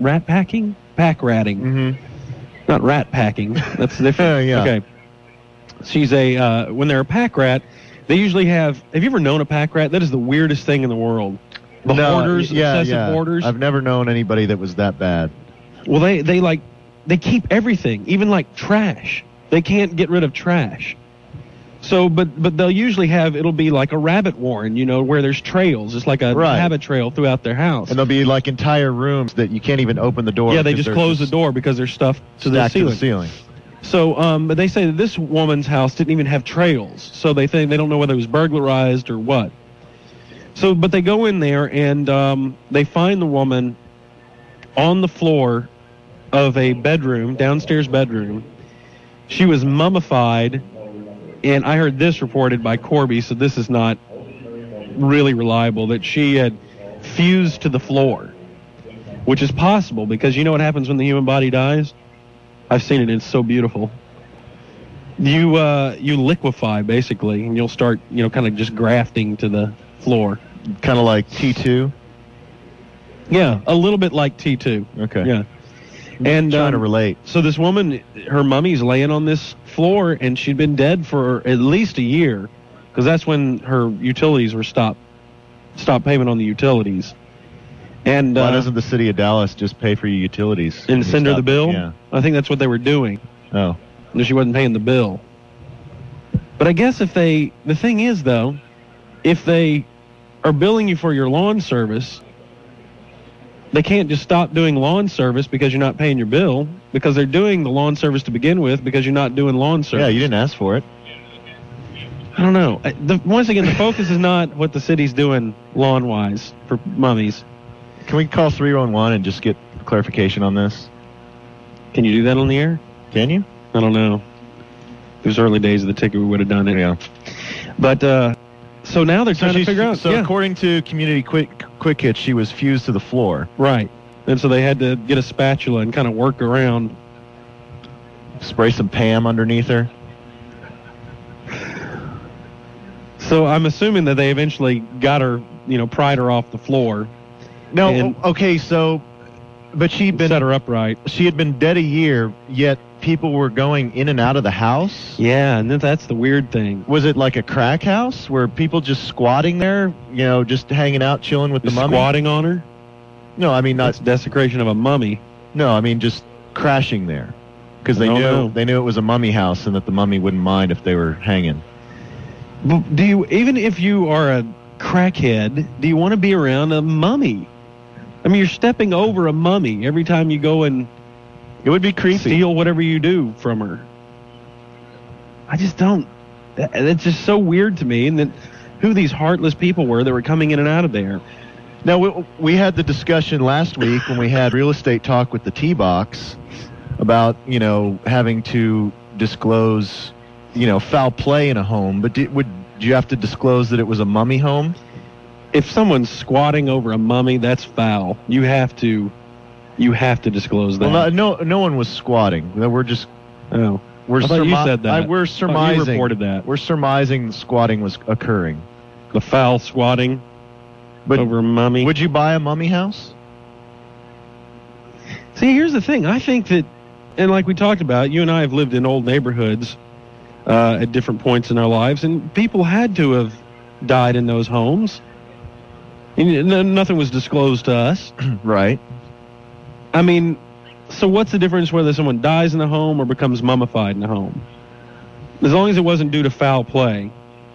Speaker 1: rat packing, pack ratting,
Speaker 3: Mm-hmm.
Speaker 1: not rat packing. That's different.
Speaker 3: Uh, Yeah.
Speaker 1: Okay. She's a uh, when they're a pack rat, They usually have. Have you ever known a pack rat? That is the weirdest thing in the world. The
Speaker 3: No,
Speaker 1: hoarders,
Speaker 3: y- yeah,
Speaker 1: excessive
Speaker 3: yeah.
Speaker 1: hoarders.
Speaker 3: I've never known anybody that was that bad.
Speaker 1: Well, they they like they keep everything, even like trash. They can't get rid of trash. So, but but they'll usually have it'll be like a rabbit warren, you know, where there's trails. It's like a
Speaker 3: Right.
Speaker 1: rabbit trail throughout their house.
Speaker 3: And there'll be like entire rooms that you can't even open the door.
Speaker 1: yeah, they
Speaker 3: because
Speaker 1: just
Speaker 3: they're
Speaker 1: close the door because there's stuff to the
Speaker 3: stacked
Speaker 1: ceiling.
Speaker 3: To the ceiling.
Speaker 1: So, um, but they say that this woman's house didn't even have trails, so they think they don't know whether it was burglarized or what. So, but they go in there and um, they find the woman on the floor of a bedroom, downstairs bedroom. She was mummified, and I heard this reported by Corby, so this is not really reliable that she had fused to the floor, which is possible because you know what happens when the human body dies. I've seen it. It's so beautiful. You uh, you liquefy basically, and you'll start you know kind of just grafting to the floor.
Speaker 3: Kind of like T2.
Speaker 1: Yeah, a little bit like T two.
Speaker 3: Okay.
Speaker 1: Yeah, and
Speaker 3: trying to
Speaker 1: um,
Speaker 3: relate.
Speaker 1: so this woman, her mummy's laying on this floor, and she'd been dead for at least a year, because that's when her utilities were stopped, stopped payment on the utilities, and
Speaker 3: Why
Speaker 1: uh,
Speaker 3: doesn't the city of Dallas just pay for your utilities
Speaker 1: and send her the
Speaker 3: Stop-
Speaker 1: bill.
Speaker 3: Yeah.
Speaker 1: I think that's what they were doing.
Speaker 3: Oh.
Speaker 1: No, she wasn't paying the bill. But I guess if they, the thing is though, if they are billing you for your lawn service, they can't just stop doing lawn service because you're not paying your bill because they're doing the lawn service to begin with because you're not doing lawn
Speaker 3: Yeah,
Speaker 1: service.
Speaker 3: you didn't ask for it.
Speaker 1: I don't know. I- The, once again, the focus is not what the city's doing lawn wise for mummies.
Speaker 3: Can we call 311 and just get clarification on this?
Speaker 1: Can you do that on the air?
Speaker 3: Can you?
Speaker 1: I don't know. It was early days of the ticket. We would have done it. But uh, so now they're
Speaker 3: So,
Speaker 1: trying to
Speaker 3: she's-
Speaker 1: figure out.
Speaker 3: so
Speaker 1: yeah.
Speaker 3: according to Community Quick Quick Hits, she was fused to the floor.
Speaker 1: Right. And so they had to get a spatula and kind of work around.
Speaker 3: Spray some Pam underneath her.
Speaker 1: So I'm assuming that they eventually got her, you know, pried her off the floor,
Speaker 3: No,
Speaker 1: And-
Speaker 3: o- okay, so, but she'd been
Speaker 1: oh. set her upright.
Speaker 3: she had been dead a year, yet people were going in and out of the house.
Speaker 1: Yeah, and then that's the weird thing.
Speaker 3: Was it like a crack house? Were people just squatting there, you know, just hanging out, chilling with the
Speaker 1: Just
Speaker 3: mummy?
Speaker 1: squatting on her?
Speaker 3: No, I mean
Speaker 1: That's
Speaker 3: not.
Speaker 1: desecration of a mummy.
Speaker 3: No, I mean just crashing there, because they
Speaker 1: I
Speaker 3: knew
Speaker 1: don't know.
Speaker 3: they knew it was a mummy house and that the mummy wouldn't mind if they were hanging.
Speaker 1: But do you even if you are a crackhead, do you want to be around a mummy? I mean, you're stepping over a mummy every time you go and
Speaker 3: It would be creepy.
Speaker 1: steal whatever you do from her. I just don't. that- That's just so weird to me. And then who these heartless people were that were coming in and out of there.
Speaker 3: Now we, we had the discussion last week when we had real estate talk with the T box about you know having to disclose you know foul play in a home, but do, would do you have to disclose that it was a mummy home?
Speaker 1: If someone's squatting over a mummy, that's foul. You have to, you have to disclose that.
Speaker 3: Well, no, no, no one was squatting. No, We're just
Speaker 1: oh,
Speaker 3: we're
Speaker 1: I thought you
Speaker 3: surmi-
Speaker 1: said that.
Speaker 3: I-
Speaker 1: I
Speaker 3: we're
Speaker 1: thought you
Speaker 3: surmising.
Speaker 1: reported that.
Speaker 3: We're surmising squatting was occurring.
Speaker 1: the foul squatting
Speaker 3: But
Speaker 1: over a mummy.
Speaker 3: would you buy a mummy house?
Speaker 1: See, here's the thing. I think that, and like we talked about, you and I have lived in old neighborhoods uh, at different points in our lives, and people had to have died in those homes. And no- nothing was disclosed to us.
Speaker 3: Right.
Speaker 1: I mean, so what's the difference whether someone dies in a home or becomes mummified in a home? As long as it wasn't due to foul play,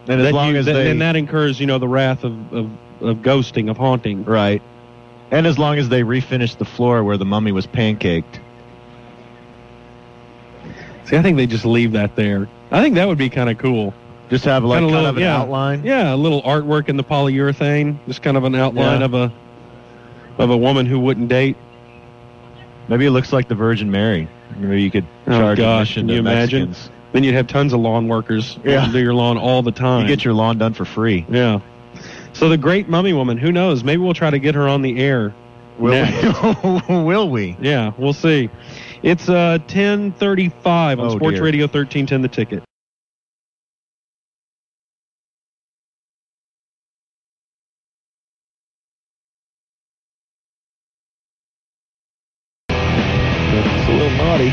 Speaker 3: And as
Speaker 1: that
Speaker 3: long
Speaker 1: you-
Speaker 3: as
Speaker 1: that-
Speaker 3: they
Speaker 1: then that incurs, you know, the wrath of, of, of ghosting, of haunting.
Speaker 3: right, and as long as they refinished the floor where the mummy was pancaked.
Speaker 1: See, I think they just leave that there. I think that would be kind of cool.
Speaker 3: Just have like
Speaker 1: Kinda
Speaker 3: kind
Speaker 1: little-
Speaker 3: of an
Speaker 1: yeah.
Speaker 3: outline.
Speaker 1: Yeah, a little artwork in the polyurethane, just kind of an outline
Speaker 3: Yeah.
Speaker 1: of a of a woman who wouldn't date.
Speaker 3: Maybe it looks like the Virgin Mary. Maybe you could
Speaker 1: Oh,
Speaker 3: charge
Speaker 1: gosh,
Speaker 3: admission
Speaker 1: can
Speaker 3: to
Speaker 1: you imagine?
Speaker 3: Mexicans.
Speaker 1: Then you'd have tons of lawn workers
Speaker 3: Yeah.
Speaker 1: who do your lawn all the time.
Speaker 3: You get your lawn done for free.
Speaker 1: yeah. So the great mummy woman, who knows? Maybe we'll try to get her on the air.
Speaker 3: Will we? Will we?
Speaker 1: Yeah, we'll see. It's uh 10:35 on
Speaker 3: Oh,
Speaker 1: Sports
Speaker 3: dear.
Speaker 1: Radio 1310 The Ticket.
Speaker 3: It's a little naughty.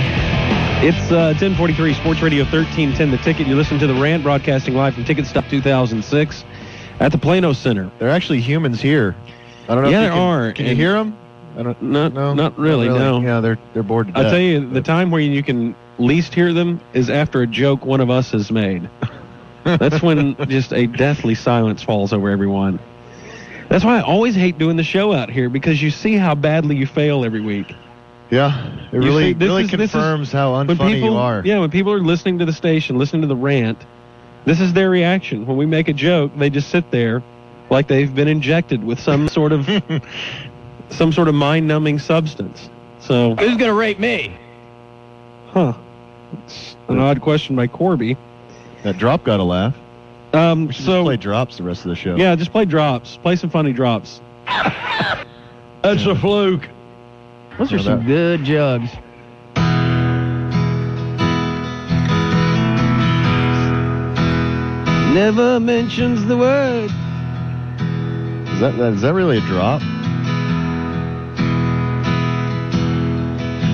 Speaker 1: It's uh, 1043 Sports Radio 1310. The ticket you listen to the rant broadcasting live from Ticket Stop 2006 at the Plano Center.
Speaker 3: There are actually humans here. I don't know.
Speaker 1: Yeah,
Speaker 3: if
Speaker 1: there
Speaker 3: you can,
Speaker 1: are,
Speaker 3: Can you
Speaker 1: and-
Speaker 3: hear them? I don't.
Speaker 1: Not,
Speaker 3: No,
Speaker 1: not really, no.
Speaker 3: Yeah, they're they're bored. To
Speaker 1: I'll
Speaker 3: death.
Speaker 1: tell you, the time where you can least hear them is after a joke one of us has made. That's when just a deathly silence falls over everyone. That's why I always hate doing the show out here because you see how badly you fail every week.
Speaker 3: Yeah, it
Speaker 1: You
Speaker 3: really
Speaker 1: see, this
Speaker 3: really
Speaker 1: is- this is-
Speaker 3: confirms how
Speaker 1: when
Speaker 3: unfunny
Speaker 1: people
Speaker 3: you are.
Speaker 1: yeah when people are listening to the station listening to the rant this is their reaction when we make a joke they just sit there like they've been injected with some sort of some sort of mind numbing substance so
Speaker 2: Who's gonna rape me?
Speaker 1: huh it's an odd question by corby
Speaker 3: That drop got a laugh.
Speaker 1: um
Speaker 3: We should just
Speaker 1: so
Speaker 3: play drops the rest of the show.
Speaker 1: yeah just play drops play some funny drops
Speaker 2: That's a fluke.
Speaker 4: Those
Speaker 3: are
Speaker 4: are
Speaker 3: some
Speaker 4: some good jugs. Never mentions the word.
Speaker 3: Is that, that is that really a drop?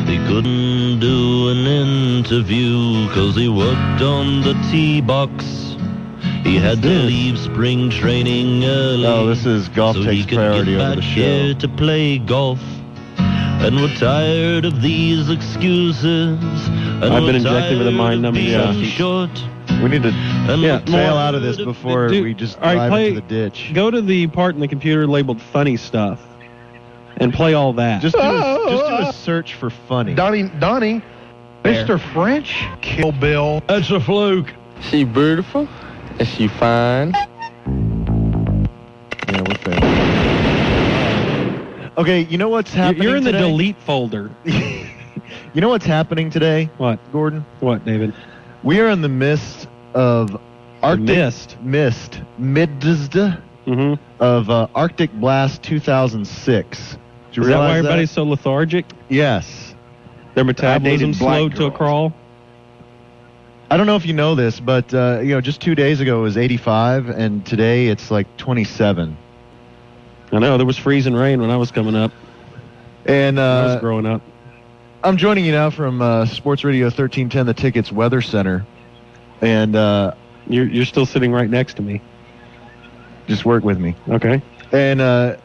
Speaker 7: He couldn't do an interview 'cause he worked on the tee box. He had to leave spring training early.
Speaker 3: No, Oh, this is golf
Speaker 7: so he
Speaker 3: takes
Speaker 7: could
Speaker 3: priority
Speaker 7: get
Speaker 3: over
Speaker 7: back
Speaker 3: the show.
Speaker 7: here to play golf. And we're tired of these excuses. And
Speaker 1: I've been
Speaker 7: we're
Speaker 1: injected with a
Speaker 7: tired of
Speaker 1: mind-numbing
Speaker 7: being
Speaker 1: substance.
Speaker 7: short.
Speaker 3: We need to
Speaker 7: And
Speaker 1: Yeah,
Speaker 7: we're
Speaker 3: sail
Speaker 7: tired
Speaker 3: out of this
Speaker 7: of-
Speaker 3: before
Speaker 1: Dude,
Speaker 3: we just
Speaker 1: all right,
Speaker 3: dive
Speaker 1: play-
Speaker 3: into the ditch.
Speaker 1: go to the part in the computer labeled funny stuff and play all that
Speaker 3: Just do,
Speaker 1: Oh,
Speaker 3: a, just do a search for funny.
Speaker 8: Donnie, Donnie, Mr. French, Kill Bill.
Speaker 2: That's a fluke.
Speaker 4: She beautiful. Is she fine?
Speaker 3: Yeah, we're failing. Okay, you know what's happening.
Speaker 1: you're in the
Speaker 3: today?
Speaker 1: delete folder
Speaker 3: You know what's happening today,
Speaker 1: what
Speaker 3: Gordon?
Speaker 1: what david
Speaker 3: We are in the midst of Arctic
Speaker 1: mist
Speaker 3: mist, midst
Speaker 1: mm-hmm
Speaker 3: of uh, Arctic Blast 2006. Did you
Speaker 1: Is that
Speaker 3: realize
Speaker 1: why everybody's so lethargic?
Speaker 3: Yes.
Speaker 1: Their metabolism
Speaker 8: dated black
Speaker 1: slowed to a
Speaker 8: girls.
Speaker 1: crawl.
Speaker 3: I don't know if you know this, but uh, you know, just two days ago it was 85, and today it's like 27.
Speaker 1: I know there was freezing rain when I was coming up.
Speaker 3: And
Speaker 1: when I was
Speaker 3: uh,
Speaker 1: growing up.
Speaker 3: I'm joining you now from uh, Sports Radio 1310, the Tickets Weather Center, and uh,
Speaker 1: You're you're still sitting right next to me.
Speaker 3: just work with me.
Speaker 1: Okay.
Speaker 3: And uh,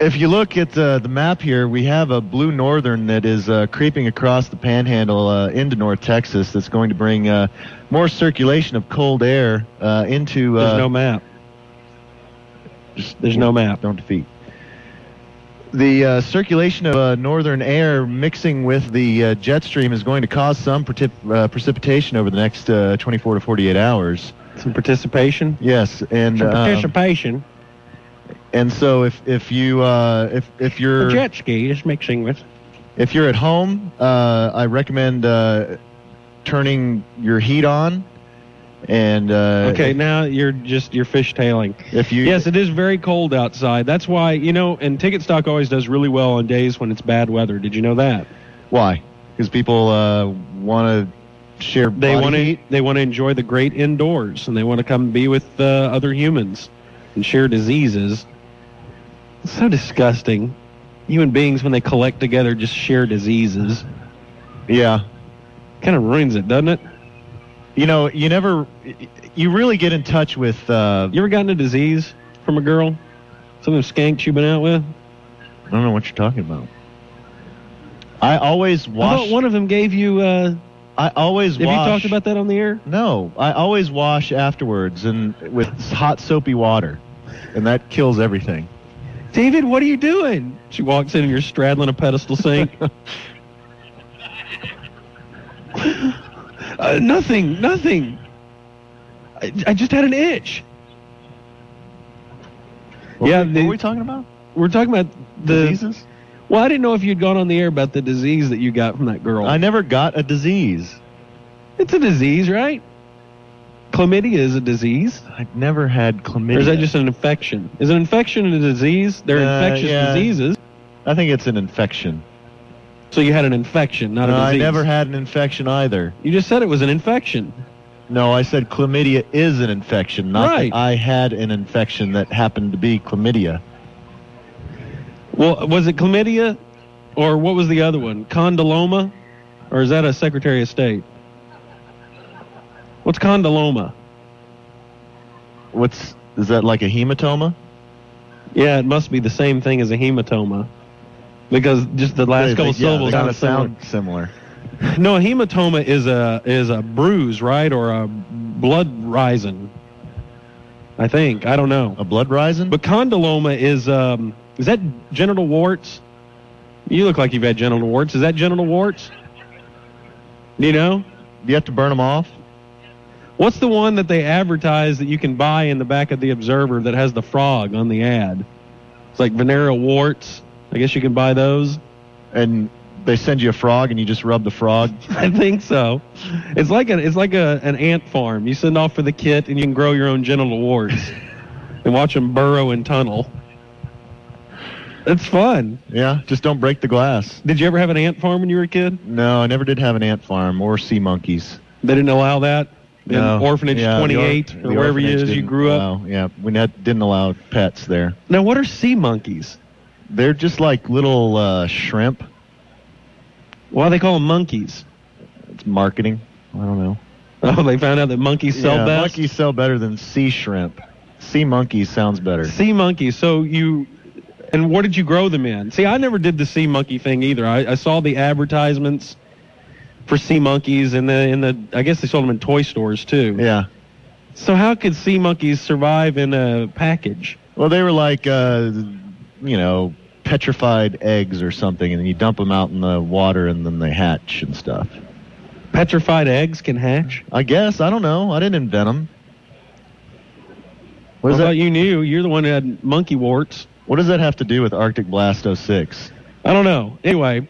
Speaker 3: if you look at uh, the map here, we have a blue northern that is uh, creeping across the panhandle uh, into North Texas. That's going to bring uh, more circulation of cold air uh, into. Uh,
Speaker 1: There's no map.
Speaker 3: just-
Speaker 1: There's no map.
Speaker 3: Don't defeat. The uh, circulation of uh, northern air mixing with the uh, jet stream is going to cause some precip- uh, precipitation over the next uh, 24 to 48 hours.
Speaker 1: Some participation.
Speaker 3: Yes, and
Speaker 1: Some
Speaker 3: um,
Speaker 1: participation.
Speaker 3: and so if if you uh, if if
Speaker 1: A
Speaker 3: you're
Speaker 1: jet ski is mixing with.
Speaker 3: If you're at home, uh, I recommend uh, turning your heat on. And uh,
Speaker 1: Okay, now you're just you're fishtailing.
Speaker 3: if you
Speaker 1: Yes, it is very cold outside. That's why you know. And ticket stock always does really well on days when it's bad weather. Did you know that?
Speaker 3: why? Because people uh, want to share.
Speaker 1: They
Speaker 3: body
Speaker 1: want to
Speaker 3: heat.
Speaker 1: they want to enjoy the great indoors, and they want to come be with uh, other humans and share diseases. It's so disgusting. Human beings, when they collect together, just share diseases.
Speaker 3: Yeah,
Speaker 1: Kind of ruins it, doesn't it?
Speaker 3: you know, you never, you really get in touch with. Uh,
Speaker 1: You ever gotten a disease from a girl? Some of them skanks you've been out with?
Speaker 3: I don't know what you're talking about. I always
Speaker 1: I
Speaker 3: wash.
Speaker 1: thought one of them gave you. Uh, have
Speaker 3: I always
Speaker 1: you
Speaker 3: wash.
Speaker 1: talked about that on the air?
Speaker 3: No, I always wash afterwards and with hot soapy water, and that kills everything.
Speaker 1: David, what are you doing? She walks in and you're straddling a pedestal sink. uh, nothing, nothing. I, I just had an itch.
Speaker 3: What
Speaker 1: yeah,
Speaker 3: were we-
Speaker 1: the-
Speaker 3: what were we talking about?
Speaker 1: We're talking about the.
Speaker 3: diseases?
Speaker 1: Well, I didn't know if you'd gone on the air about the disease that you got from that girl.
Speaker 3: I never got a disease.
Speaker 1: it's a disease, right? Chlamydia is a disease.
Speaker 3: I've never had chlamydia.
Speaker 1: Or is that just an infection? Is an infection a disease? They're
Speaker 3: Uh,
Speaker 1: infectious
Speaker 3: yeah.
Speaker 1: diseases.
Speaker 3: I think it's an infection.
Speaker 1: So you had an infection, not
Speaker 3: No,
Speaker 1: a
Speaker 3: I
Speaker 1: disease.
Speaker 3: never had an infection either.
Speaker 1: You just said it was an infection.
Speaker 3: No, I said chlamydia is an infection, not
Speaker 1: Right.
Speaker 3: that I had an infection that happened to be chlamydia.
Speaker 1: Well, was it chlamydia, or what was the other one? Condyloma. Or is that a Secretary of State? What's condyloma?
Speaker 3: What's is that like a hematoma?
Speaker 1: Yeah, it must be the same thing as a hematoma. Because just the last couple syllables
Speaker 3: kind of
Speaker 1: sound
Speaker 3: sound similar.
Speaker 1: No, a hematoma is a is a bruise, right, or a blood rising. I think I don't know.
Speaker 3: A blood rising?
Speaker 1: But condyloma is um is that genital warts? You look like you've had genital warts. Is that genital warts? Do you know?
Speaker 3: Do you have to burn them off?
Speaker 1: What's the one that they advertise that you can buy in the back of the Observer that has the frog on the ad? It's like venereal warts. I guess you can buy those.
Speaker 3: And they send you a frog and you just rub the frog.
Speaker 1: I think so. It's like an it's like a an ant farm. You send off for the kit and you can grow your own genital warts and watch them burrow and tunnel. It's fun.
Speaker 3: Yeah, just don't break the glass.
Speaker 1: Did you ever have an ant farm when you were a kid?
Speaker 3: No, I never did have an ant farm or sea monkeys.
Speaker 1: They didn't allow that. In
Speaker 3: No.
Speaker 1: orphanage
Speaker 3: Yeah, the or-
Speaker 1: 28
Speaker 3: the
Speaker 1: or wherever it
Speaker 3: orphanage
Speaker 1: is you
Speaker 3: didn't
Speaker 1: grew up.
Speaker 3: allow- yeah, we not, didn't allow pets there.
Speaker 1: Now, what are sea monkeys?
Speaker 3: They're just like little uh, shrimp.
Speaker 1: Why do they call them monkeys?
Speaker 3: It's marketing. I don't know.
Speaker 1: Oh, they found out that monkeys sell
Speaker 3: yeah,
Speaker 1: best.
Speaker 3: Monkeys sell better than sea shrimp. Sea monkeys sounds better.
Speaker 1: Sea monkeys. So you, and what did you grow them in? See, I never did the sea monkey thing either. I, I saw the advertisements for sea monkeys, and the in the I guess they sold them in toy stores too.
Speaker 3: Yeah.
Speaker 1: So how could sea monkeys survive in a package?
Speaker 3: Well, they were like, uh, you know, petrified eggs or something, and you dump them out in the water, and then they hatch and stuff.
Speaker 1: Petrified eggs can hatch.
Speaker 3: I guess I don't know. I didn't invent them. What
Speaker 1: What
Speaker 3: does
Speaker 1: I
Speaker 3: that?
Speaker 1: thought you knew. You're the one who had monkey warts.
Speaker 3: What does that have to do with Arctic Blast 06?
Speaker 1: I don't know. Anyway,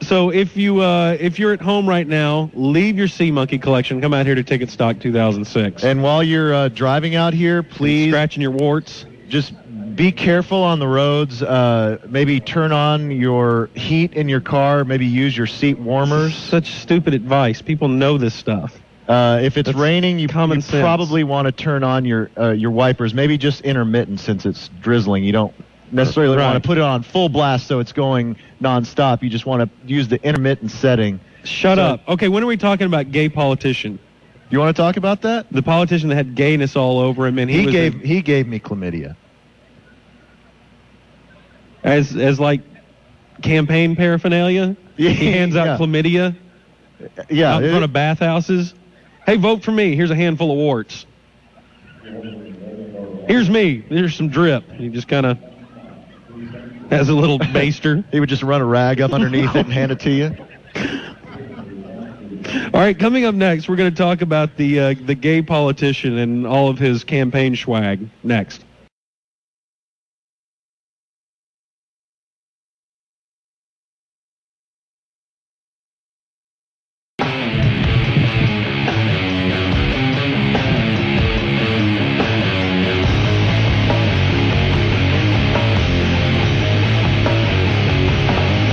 Speaker 1: so if you uh, if you're at home right now, leave your sea monkey collection. Come out here to Ticket Stock 2006.
Speaker 3: And while you're uh, driving out here, please
Speaker 1: scratching your warts.
Speaker 3: just be careful on the roads. Uh, maybe turn on your heat in your car. Maybe use your seat warmers.
Speaker 1: Such stupid advice. People know this stuff.
Speaker 3: Uh, if it's
Speaker 1: That's
Speaker 3: raining, you,
Speaker 1: common
Speaker 3: you
Speaker 1: sense.
Speaker 3: probably want to turn on your uh, your wipers. Maybe just intermittent since it's drizzling. You don't necessarily
Speaker 1: Right.
Speaker 3: want to put it on full blast so it's going nonstop. You just want to use the intermittent setting.
Speaker 1: Shut
Speaker 3: So-
Speaker 1: up. Okay, when are we talking about gay politician?
Speaker 3: You want to talk about that?
Speaker 1: The politician that had gayness all over him, and he,
Speaker 3: He
Speaker 1: was
Speaker 3: gave he gave me chlamydia.
Speaker 1: as as like campaign paraphernalia. He hands out chlamydia
Speaker 3: Yeah,
Speaker 1: out in
Speaker 3: it-
Speaker 1: front of bathhouses. Hey, vote for me. Here's a handful of warts. Here's me. Here's some drip. He just kind of has a little baster.
Speaker 3: he would just run a rag up underneath it and hand it to you.
Speaker 1: All right, coming up next, we're going to talk about the uh, the gay politician and all of his campaign swag. Next.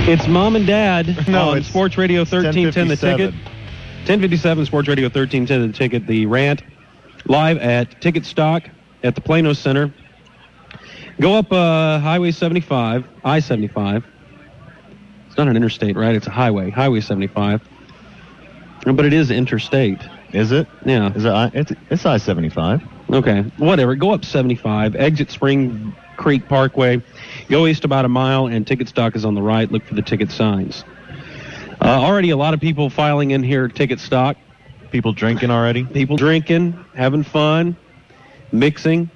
Speaker 1: It's mom and dad
Speaker 3: No,
Speaker 1: on
Speaker 3: it's
Speaker 1: Sports Radio 1310 The Ticket. 1057 Sports Radio 1310 The Ticket. The rant live at Ticket Stock at the Plano Center. Go up uh, Highway 75, I 75. It's not an interstate, right? It's a highway, Highway 75. But it is interstate.
Speaker 3: Is it?
Speaker 1: Yeah.
Speaker 3: Is it? I- It's it's I seventy five.
Speaker 1: Okay, whatever. Go up 75, exit Spring Creek Parkway, go east about a mile, and ticket stock is on the right. Look for the ticket signs. Uh, already a lot of people filing in here at ticket stock.
Speaker 3: People drinking already.
Speaker 1: People drinking, having fun, mixing.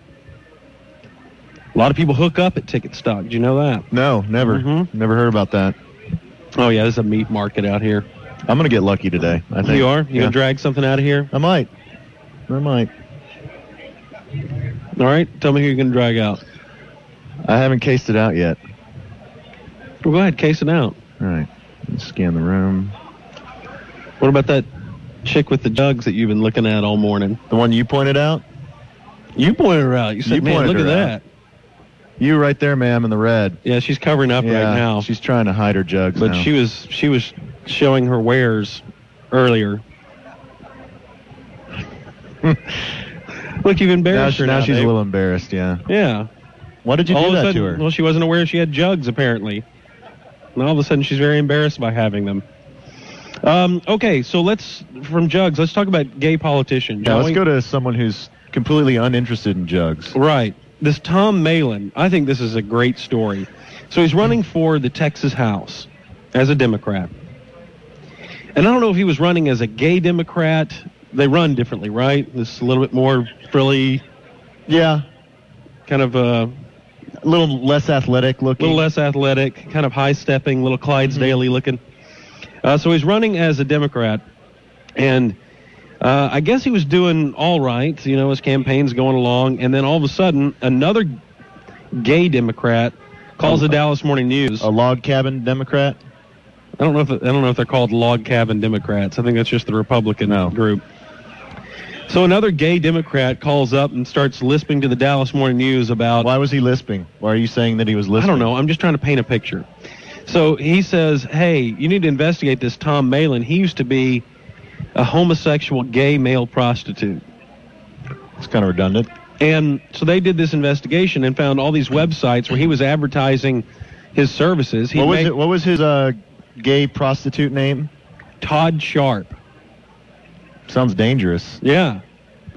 Speaker 1: A lot of people hook up at ticket stock. Did you know that?
Speaker 3: No, never,
Speaker 1: Mhm.
Speaker 3: never heard about that.
Speaker 1: Oh yeah, there's a meat market out here.
Speaker 3: I'm gonna get lucky today. I think
Speaker 1: You are? You
Speaker 3: Yeah.
Speaker 1: gonna drag something out of here?
Speaker 3: I might. I might.
Speaker 1: All right, tell me who you're gonna drag out.
Speaker 3: I haven't cased it out yet.
Speaker 1: Well, go ahead, case it out.
Speaker 3: All right. Let's scan the room.
Speaker 1: What about that chick with the jugs that you've been looking at all morning?
Speaker 3: The one you pointed out?
Speaker 1: You pointed her out. You said,
Speaker 3: You
Speaker 1: "Man,
Speaker 3: pointed
Speaker 1: look at
Speaker 3: her
Speaker 1: that."
Speaker 3: out. You right there, ma'am, in the red.
Speaker 1: Yeah, she's covering up
Speaker 3: yeah,
Speaker 1: right now.
Speaker 3: she's trying to hide her jugs.
Speaker 1: but
Speaker 3: now.
Speaker 1: she was she was showing her wares earlier. look, you've
Speaker 3: now,
Speaker 1: embarrassed
Speaker 3: she-
Speaker 1: her.
Speaker 3: now she's a
Speaker 1: babe.
Speaker 3: little embarrassed. Yeah.
Speaker 1: Yeah.
Speaker 3: Why did you
Speaker 1: all
Speaker 3: do
Speaker 1: of
Speaker 3: that
Speaker 1: a sudden,
Speaker 3: to her?
Speaker 1: well, she wasn't aware she had jugs apparently, and all of a sudden she's very embarrassed by having them. Um, okay, so let's from Jugs. Let's talk about gay politicians.
Speaker 3: Now,
Speaker 1: shall
Speaker 3: let's
Speaker 1: we?
Speaker 3: go to someone who's completely uninterested in jugs.
Speaker 1: Right. This Tom Malin, I think this is a great story. So he's running for the Texas House as a Democrat. And I don't know if he was running as a gay Democrat. They run differently, right? This is a little bit more frilly,
Speaker 3: Yeah,
Speaker 1: kind of uh,
Speaker 3: a little less athletic
Speaker 1: a
Speaker 3: looking.
Speaker 1: little less athletic, kind of high stepping, little Clydesdale looking. Uh, so he's running as a Democrat, and uh, I guess he was doing all right. You know, his campaign's going along, and then all of a sudden, another gay Democrat calls the Dallas Morning News.
Speaker 3: A log cabin Democrat.
Speaker 1: I don't know if I don't know if they're called log cabin Democrats. I think that's just the Republican group. So another gay Democrat calls up and starts lisping to the Dallas Morning News about
Speaker 3: Why was he lisping? Why are you saying that he was
Speaker 1: I
Speaker 3: lisping?
Speaker 1: don't know. I'm just trying to paint a picture. So he says, "Hey, you need to investigate this Tom Malin. He used to be a homosexual gay male prostitute."
Speaker 3: It's kind of redundant.
Speaker 1: And so they did this investigation and found all these websites where he was advertising his services. He
Speaker 3: what was
Speaker 1: made
Speaker 3: it? What was his uh, gay prostitute name?
Speaker 1: Todd Sharp.
Speaker 3: Sounds dangerous.
Speaker 1: Yeah.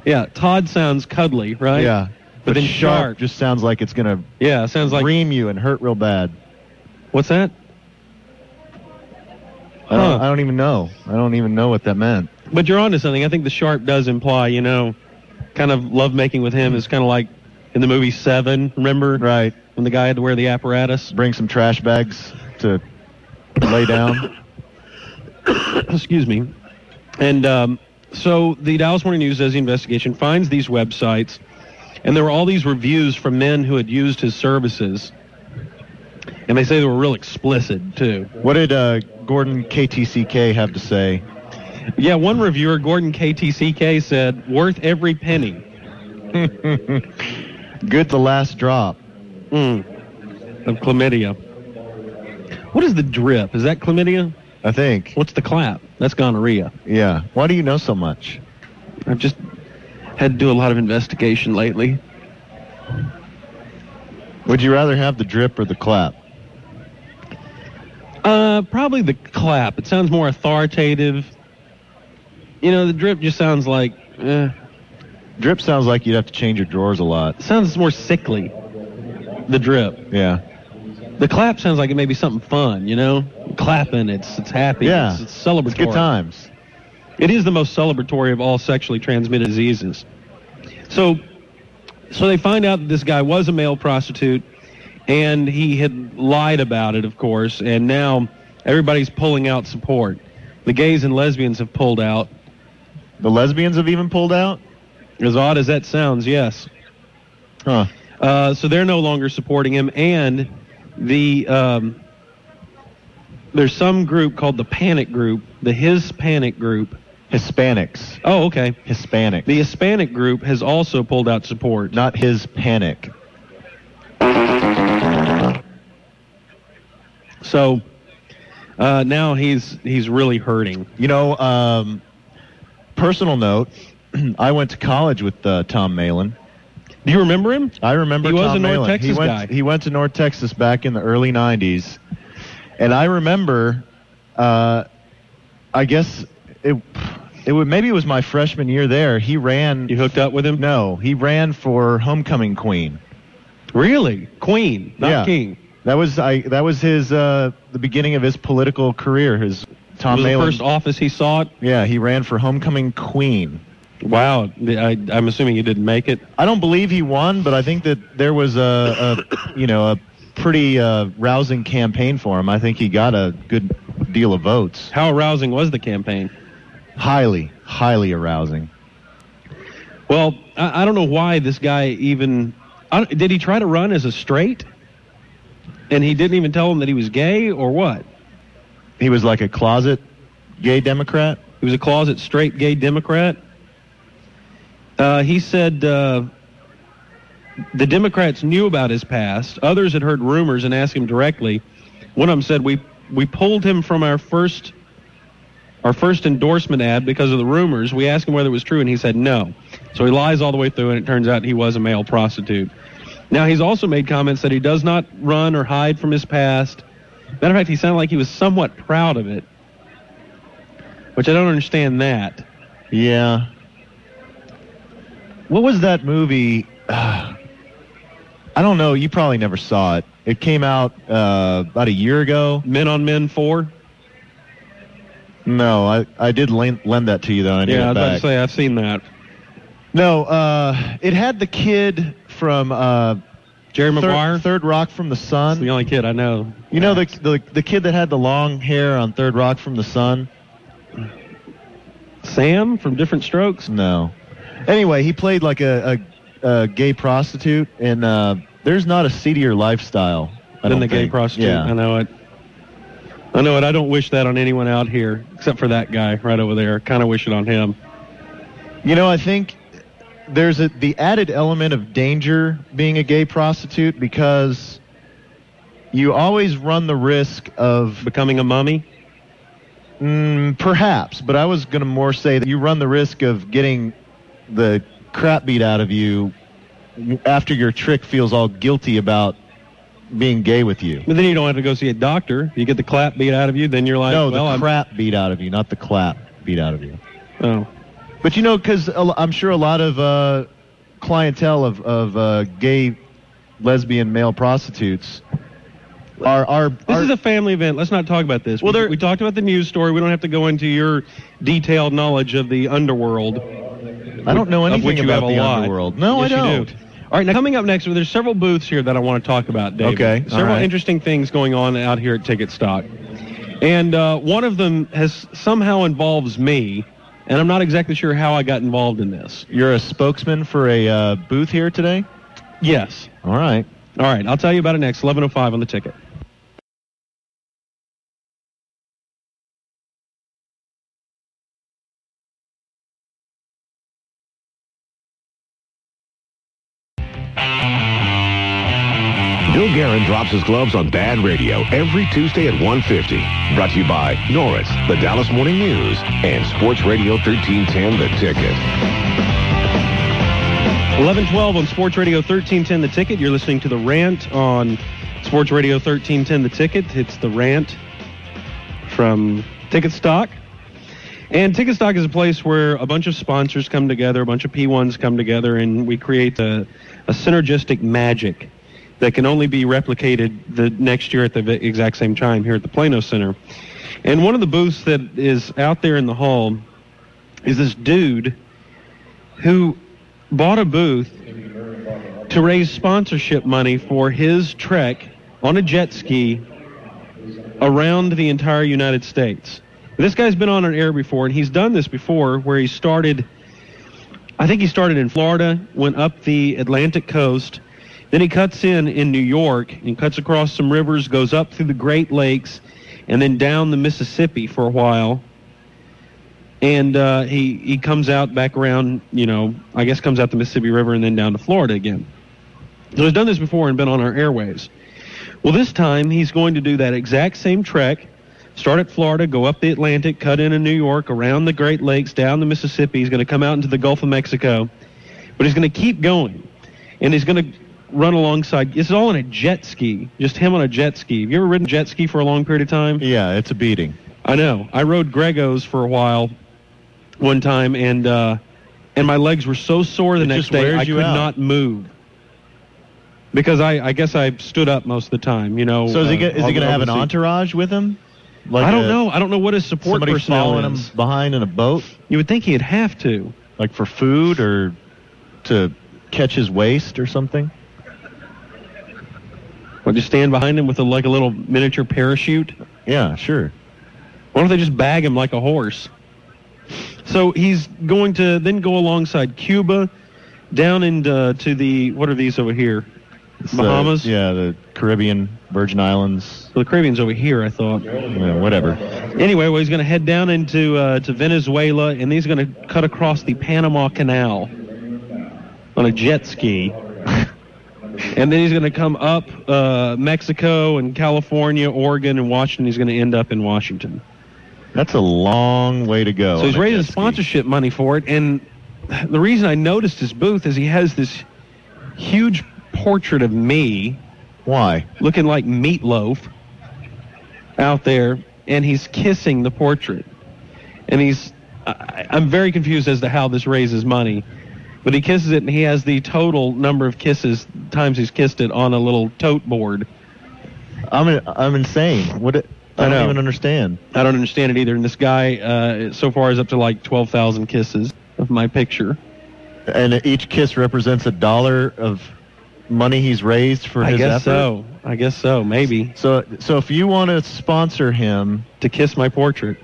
Speaker 1: Yeah, Todd sounds cuddly, right?
Speaker 3: yeah,
Speaker 1: But, then Sharp.
Speaker 3: just sounds like it's gonna
Speaker 1: yeah, sounds like
Speaker 3: ream you and hurt real bad.
Speaker 1: What's that?
Speaker 3: I
Speaker 1: Huh.
Speaker 3: don't, I don't even know. I don't even know what that meant.
Speaker 1: But you're onto something. I think the sharp does imply, you know, kind of lovemaking with him is kind of like in the movie Seven. Remember
Speaker 3: Right.
Speaker 1: when the guy had to wear the apparatus?
Speaker 3: Bring some trash bags to lay down.
Speaker 1: Excuse me. And um, so the Dallas Morning News does the investigation, finds these websites, and there were all these reviews from men who had used his services, and they say they were real explicit too.
Speaker 3: what did uh, Gordon KTCK have to say?
Speaker 1: Yeah, one reviewer, Gordon KTCK, said, "Worth every penny."
Speaker 3: Good the last drop.
Speaker 1: Mm. Of chlamydia. What is the drip? Is that chlamydia?
Speaker 3: I think.
Speaker 1: What's the clap? That's gonorrhea.
Speaker 3: Yeah. Why do you know so much?
Speaker 1: I've just had to do a lot of investigation lately.
Speaker 3: Would you rather have the drip or the clap?
Speaker 1: Uh, probably the clap. It sounds more authoritative. You know, the drip just sounds like, eh,
Speaker 3: Drip sounds like you'd have to change your drawers a lot.
Speaker 1: sounds more sickly. The drip.
Speaker 3: Yeah.
Speaker 1: The clap sounds like it may be something fun, you know? Clapping, it's it's happy,
Speaker 3: Yeah.
Speaker 1: it's, it's celebratory.
Speaker 3: It's good times.
Speaker 1: It is the most celebratory of all sexually transmitted diseases. So, so they find out that this guy was a male prostitute, and he had lied about it, of course. And now everybody's pulling out support. The gays and lesbians have pulled out.
Speaker 3: The lesbians have even pulled out?
Speaker 1: As odd as that sounds, yes.
Speaker 3: Huh.
Speaker 1: Uh, so they're no longer supporting him, and the um, there's some group called the Panic Group, the Hispanic Group.
Speaker 3: Hispanics.
Speaker 1: Oh, okay.
Speaker 3: Hispanic.
Speaker 1: The Hispanic group has also pulled out support.
Speaker 3: Not his panic.
Speaker 1: So uh, now he's he's really hurting.
Speaker 3: You know, um, personal note, I went to college with uh, Tom Malin.
Speaker 1: Do you remember him?
Speaker 3: I remember
Speaker 1: He was
Speaker 3: Tom
Speaker 1: a North
Speaker 3: Malin. he
Speaker 1: Texas
Speaker 3: went,
Speaker 1: guy.
Speaker 3: He went to North Texas back in the early 90s. And I remember, uh, I guess it, it would, maybe it was my freshman year there. He ran.
Speaker 1: You hooked up with him?
Speaker 3: No, he ran for homecoming queen.
Speaker 1: Really? Queen, not
Speaker 3: Yeah.
Speaker 1: king.
Speaker 3: That was I. That was his uh, the beginning of his political career. His Tom
Speaker 1: was
Speaker 3: Malin.
Speaker 1: the first office he sought.
Speaker 3: yeah, he ran for homecoming queen.
Speaker 1: Wow. I, I'm assuming he didn't make it.
Speaker 3: I don't believe he won, but I think that there was a, a you know a pretty uh, rousing campaign for him. I think he got a good deal of votes.
Speaker 1: How arousing was the campaign?
Speaker 3: Highly, highly arousing.
Speaker 1: Well, I, I don't know why this guy even. I, don't- did he try to run as a straight? And he didn't even tell him that he was gay or what?
Speaker 3: He was like a closet gay Democrat.
Speaker 1: He was a closet straight gay Democrat. Uh, he said uh, the Democrats knew about his past. Others had heard rumors and asked him directly. One of them said, "We we pulled him from our first our first endorsement ad because of the rumors. We asked him whether it was true, and he said no. So he lies all the way through, and it turns out he was a male prostitute. Now he's also made comments that he does not run or hide from his past. Matter of fact, he sounded like he was somewhat proud of it. which I don't understand that.
Speaker 3: Yeah. What was that movie? I don't know. You probably never saw it. It came out uh, about a year ago.
Speaker 1: Men on Men Four.
Speaker 3: No, I, I did lend, lend that to you though. I need
Speaker 1: yeah, I
Speaker 3: it
Speaker 1: was about to
Speaker 3: back.
Speaker 1: say I've seen that.
Speaker 3: No, uh, it had the kid from uh,
Speaker 1: Jerry Maguire.
Speaker 3: third, third Rock from the
Speaker 1: That's the
Speaker 3: Sun.
Speaker 1: only kid I know.
Speaker 3: You know the, the the kid that had the long hair on Third Rock from the Sun.
Speaker 1: Sam from Different Strokes.
Speaker 3: No. Anyway, he played like a, a, a gay prostitute, and uh, there's not a seedier lifestyle I
Speaker 1: than
Speaker 3: don't
Speaker 1: the gay
Speaker 3: think.
Speaker 1: prostitute.
Speaker 3: Yeah.
Speaker 1: I know it. I know it. I don't wish that on anyone out here except for that guy right over there. Kind of wish it on him.
Speaker 3: You know, I think there's a, the added element of danger being a gay prostitute because you always run the risk of
Speaker 1: Becoming a mummy.
Speaker 3: mm, perhaps, but I was going to more say that you run the risk of getting the crap beat out of you after your trick feels all guilty about being gay with you.
Speaker 1: But then you don't have to go see a doctor. You get the clap beat out of you. Then you're like,
Speaker 3: no,
Speaker 1: well,
Speaker 3: the
Speaker 1: I'm-
Speaker 3: crap beat out of you, not the clap beat out of you.
Speaker 1: Oh.
Speaker 3: But you know, because I'm sure a lot of uh, clientele of, of uh, gay, lesbian male prostitutes are are.
Speaker 1: This
Speaker 3: are-
Speaker 1: is a family event. Let's not talk about this.
Speaker 3: Well,
Speaker 1: we,
Speaker 3: there-
Speaker 1: we talked about the news story. We don't have to go into your detailed knowledge of the underworld.
Speaker 3: I don't know
Speaker 1: of
Speaker 3: anything
Speaker 1: which you
Speaker 3: about
Speaker 1: have a
Speaker 3: the
Speaker 1: lot.
Speaker 3: underworld. No,
Speaker 1: Yes,
Speaker 3: I
Speaker 1: you
Speaker 3: don't.
Speaker 1: do. All right, now coming up next, there's several booths here that I want to talk about, David.
Speaker 3: Okay, all
Speaker 1: Several
Speaker 3: right.
Speaker 1: interesting things going on out here at Ticket Stock. And uh, one of them has somehow involves me, and I'm not exactly sure how I got involved in this.
Speaker 3: You're a spokesman for a uh, booth here today.
Speaker 1: Yes.
Speaker 3: All right.
Speaker 1: All right, I'll tell you about it next. 11.05 on the ticket.
Speaker 9: Bill Guerin drops his gloves on Bad Radio every Tuesday at 1.50. Brought to you by Norris, the Dallas Morning News, and Sports Radio 1310 The Ticket.
Speaker 1: 1112 on Sports Radio 1310 The Ticket. You're listening to The Rant on Sports Radio 1310 The Ticket. It's The Rant from Ticket Stock. And Ticket Stock is a place where a bunch of sponsors come together, a bunch of P1s come together, and we create a, a synergistic magic that can only be replicated the next year at the ve- exact same time here at the Plano Center. And one of the booths that is out there in the hall is this dude who bought a booth to raise sponsorship money for his trek on a jet ski around the entire United States. This guy's been on an air before, and he's done this before where he started, I think he started in Florida, went up the Atlantic coast, then he cuts in in New York and cuts across some rivers, goes up through the Great Lakes, and then down the Mississippi for a while and uh, he he comes out back around, you know, I guess comes out the Mississippi River and then down to Florida again. So he's done this before and been on our airways. Well, this time he's going to do that exact same trek. Start at Florida, go up the Atlantic, cut into New York, around the Great Lakes, down the Mississippi. He's going to come out into the Gulf of Mexico, but he's going to keep going, and he's going to run alongside. It's all on a jet ski, just him on a jet ski. Have you ever ridden jet ski for a long period of time?
Speaker 3: Yeah, it's a beating.
Speaker 1: I know. I rode Grego's for a while, one time, and uh, and my legs were so sore the
Speaker 3: It
Speaker 1: next
Speaker 3: just
Speaker 1: day
Speaker 3: wears
Speaker 1: I
Speaker 3: you
Speaker 1: could
Speaker 3: out.
Speaker 1: not move because I, I guess I stood up most of the time. You know.
Speaker 3: So is he
Speaker 1: uh,
Speaker 3: go- is
Speaker 1: all-
Speaker 3: he going to have an
Speaker 1: obviously-
Speaker 3: entourage with him? Like
Speaker 1: I don't
Speaker 3: a-
Speaker 1: know. I don't know what his support
Speaker 3: Somebody
Speaker 1: personnel
Speaker 3: following him
Speaker 1: is.
Speaker 3: behind in a boat,
Speaker 1: You would think he'd have to.
Speaker 3: like for food or to catch his waist or something.
Speaker 1: Or just stand behind him with a, like a little miniature parachute.
Speaker 3: Yeah, sure.
Speaker 1: Why don't they just bag him like a horse? So he's going to then go alongside Cuba, down into to the what are these over here?
Speaker 3: It's
Speaker 1: Bahamas?
Speaker 3: The, yeah, the Caribbean, Virgin Islands,
Speaker 1: So the Caribbean's over here, I thought.
Speaker 3: you know, whatever.
Speaker 1: Anyway, well, he's going to head down into uh, to Venezuela, and he's going to cut across the Panama Canal on a jet ski, and then he's going to come up uh, Mexico and California, Oregon, and Washington. He's going to end up in Washington.
Speaker 3: That's a long way to go.
Speaker 1: So he's
Speaker 3: Oh, on a
Speaker 1: raising
Speaker 3: jet ski.
Speaker 1: sponsorship money for it, and the reason I noticed his booth is he has this huge portrait of me
Speaker 3: Why?
Speaker 1: looking like meatloaf out there, and he's kissing the portrait. and he's I, I'm very confused as to how this raises money, but he kisses it and he has the total number of kisses times he's kissed it on a little tote board.
Speaker 3: I'm I'm insane. What I don't even understand.
Speaker 1: I don't understand it either. And this guy, uh, so far, is up to like twelve thousand kisses of my picture.
Speaker 3: And each kiss represents a dollar of money he's raised for
Speaker 1: I
Speaker 3: his
Speaker 1: guess
Speaker 3: effort.
Speaker 1: so. I guess so. Maybe
Speaker 3: So so if you want to sponsor him,
Speaker 1: to kiss my portrait.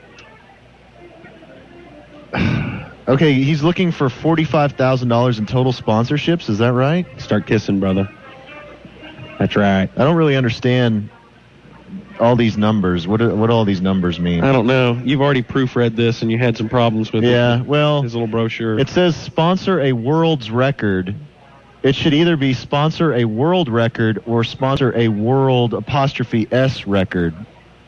Speaker 3: okay, he's looking for forty five thousand dollars in total sponsorships. Is that right?
Speaker 1: Start kissing, brother. That's right.
Speaker 3: I don't really understand all these numbers. What do- what do all these numbers mean?
Speaker 1: I don't know. You've already proofread this, and you had some problems with it.
Speaker 3: Yeah, well,
Speaker 1: His little brochure.
Speaker 3: It says sponsor a world's record. It should either be sponsor a world record or sponsor a world apostrophe s record,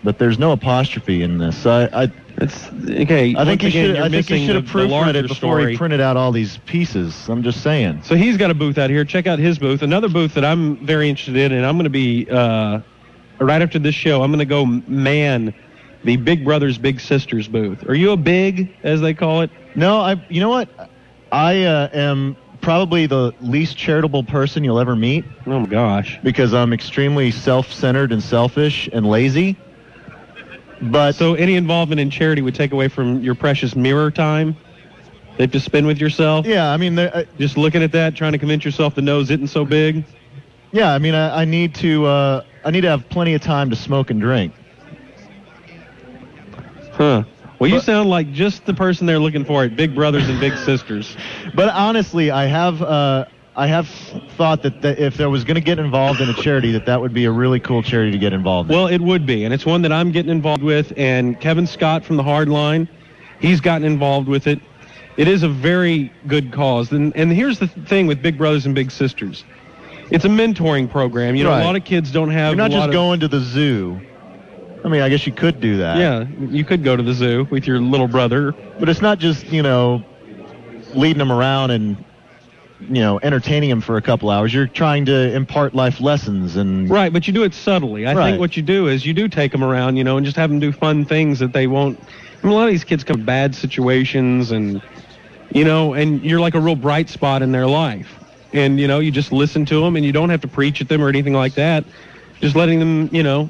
Speaker 3: but there's no apostrophe in this. So I, I,
Speaker 1: It's okay.
Speaker 3: I
Speaker 1: once
Speaker 3: think you
Speaker 1: again,
Speaker 3: should.
Speaker 1: you're
Speaker 3: I think you
Speaker 1: missing
Speaker 3: should
Speaker 1: the-
Speaker 3: have
Speaker 1: the
Speaker 3: proofread
Speaker 1: larger
Speaker 3: it before
Speaker 1: story.
Speaker 3: he printed out all these pieces. I'm just saying.
Speaker 1: So he's got a booth out here. Check out his booth. Another booth that I'm very interested in, and I'm going to be uh, right after this show. I'm going to go man the Big Brothers Big Sisters booth. Are you a big, as they call it?
Speaker 3: No, I. You know what? I uh, am probably the least charitable person you'll ever meet.
Speaker 1: Oh my gosh!
Speaker 3: because I'm extremely self-centered and selfish and lazy. But
Speaker 1: So any involvement in charity would take away from your precious mirror time that you have to spend with yourself.
Speaker 3: yeah, I mean, uh, there- I-
Speaker 1: Just looking at that, trying to convince yourself the nose isn't so big.
Speaker 3: yeah, I mean, I, I need to, uh, I need to have plenty of time to smoke and drink.
Speaker 1: Huh. Well, you sound like just the person they're looking for at Big Brothers and Big Sisters.
Speaker 3: But honestly, I have, uh, I have thought that, that if I was going to get involved in a charity, that that would be a really cool charity to get involved in.
Speaker 1: Well, it would be, and it's one that I'm getting involved with. And Kevin Scott from the Hard Line, he's gotten involved with it. It is a very good cause. And, and here's the th- thing with Big Brothers and Big Sisters, it's a mentoring program. You know,
Speaker 3: Right.
Speaker 1: a lot of kids don't have.
Speaker 3: You're not
Speaker 1: a lot
Speaker 3: just
Speaker 1: of-
Speaker 3: going to the zoo. I mean, I guess you could do that.
Speaker 1: Yeah, you could go to the zoo with your little brother.
Speaker 3: But it's not just, you know, leading them around and, you know, entertaining them for a couple hours. You're trying to impart life lessons and
Speaker 1: Right, but you do it subtly. I
Speaker 3: Um, Right.
Speaker 1: think what you do is you do take them around, you know, and just have them do fun things that they won't. I mean, a lot of these kids come from bad situations, and you know, and you're like a real bright spot in their life. And you know, you just listen to them, and you don't have to preach at them or anything like that. Just letting them, you know,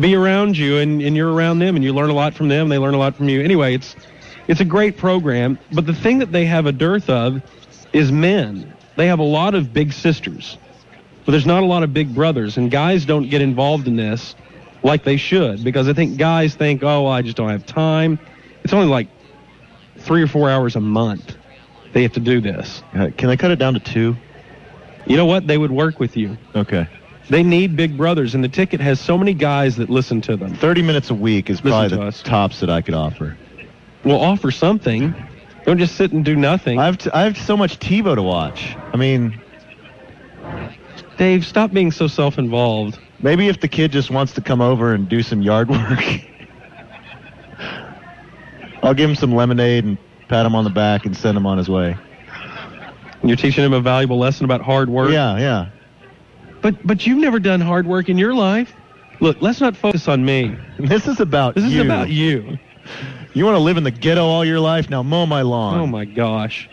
Speaker 1: be around you, and, and you're around them, and you learn a lot from them. and They learn a lot from you. Anyway, it's it's a great program, but the thing that they have a dearth of is men. They have a lot of big sisters but there's not a lot of big brothers, and guys don't get involved in this like they should because I think guys think, oh, I just don't have time. It's only like three or four hours a month they have to do this.
Speaker 3: Uh, can they cut it down to two?
Speaker 1: You know what? They would work with you.
Speaker 3: Okay.
Speaker 1: They need big brothers, and the ticket has so many guys that listen to them.
Speaker 3: 30 minutes a week is
Speaker 1: Listen
Speaker 3: probably
Speaker 1: to
Speaker 3: the
Speaker 1: us.
Speaker 3: tops that I could offer.
Speaker 1: Well, offer something. Don't just sit and do nothing.
Speaker 3: I have, t- I have so much TiVo to watch. I mean,
Speaker 1: Dave, stop being so self-involved.
Speaker 3: maybe if the kid just wants to come over and do some yard work, I'll give him some lemonade and pat him on the back and send him on his way.
Speaker 1: You're teaching him a valuable lesson about hard work.
Speaker 3: Yeah, yeah.
Speaker 1: But but you've never done hard work in your life. Look, let's not focus on me.
Speaker 3: This is about
Speaker 1: This is
Speaker 3: you.
Speaker 1: about you.
Speaker 3: You want to live in the ghetto all your life? Now mow my lawn.
Speaker 1: Oh my gosh.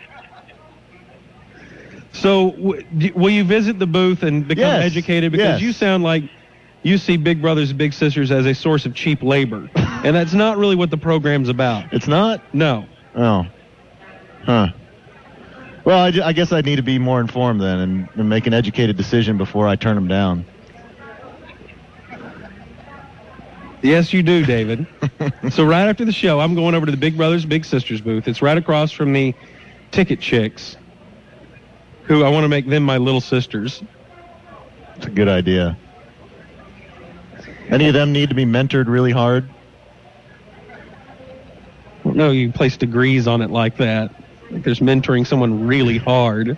Speaker 1: So w- d- will you visit the booth and become
Speaker 3: Yes,
Speaker 1: educated? Because
Speaker 3: yes.
Speaker 1: you sound like you see Big Brothers and Big Sisters as a source of cheap labor, and that's not really what the program's about.
Speaker 3: It's not?
Speaker 1: No.
Speaker 3: Oh. Huh. Well, I, ju- I guess I need to be more informed then and, and make an educated decision before I turn him down.
Speaker 1: Yes, you do, David. so right after the show, I'm going over to the Big Brothers Big Sisters booth. It's right across from the Ticket Chicks, who I want to make them my little sisters.
Speaker 3: It's a good idea. Any of them need to be mentored really hard?
Speaker 1: No, you place degrees on it like that. Like there's mentoring someone really hard.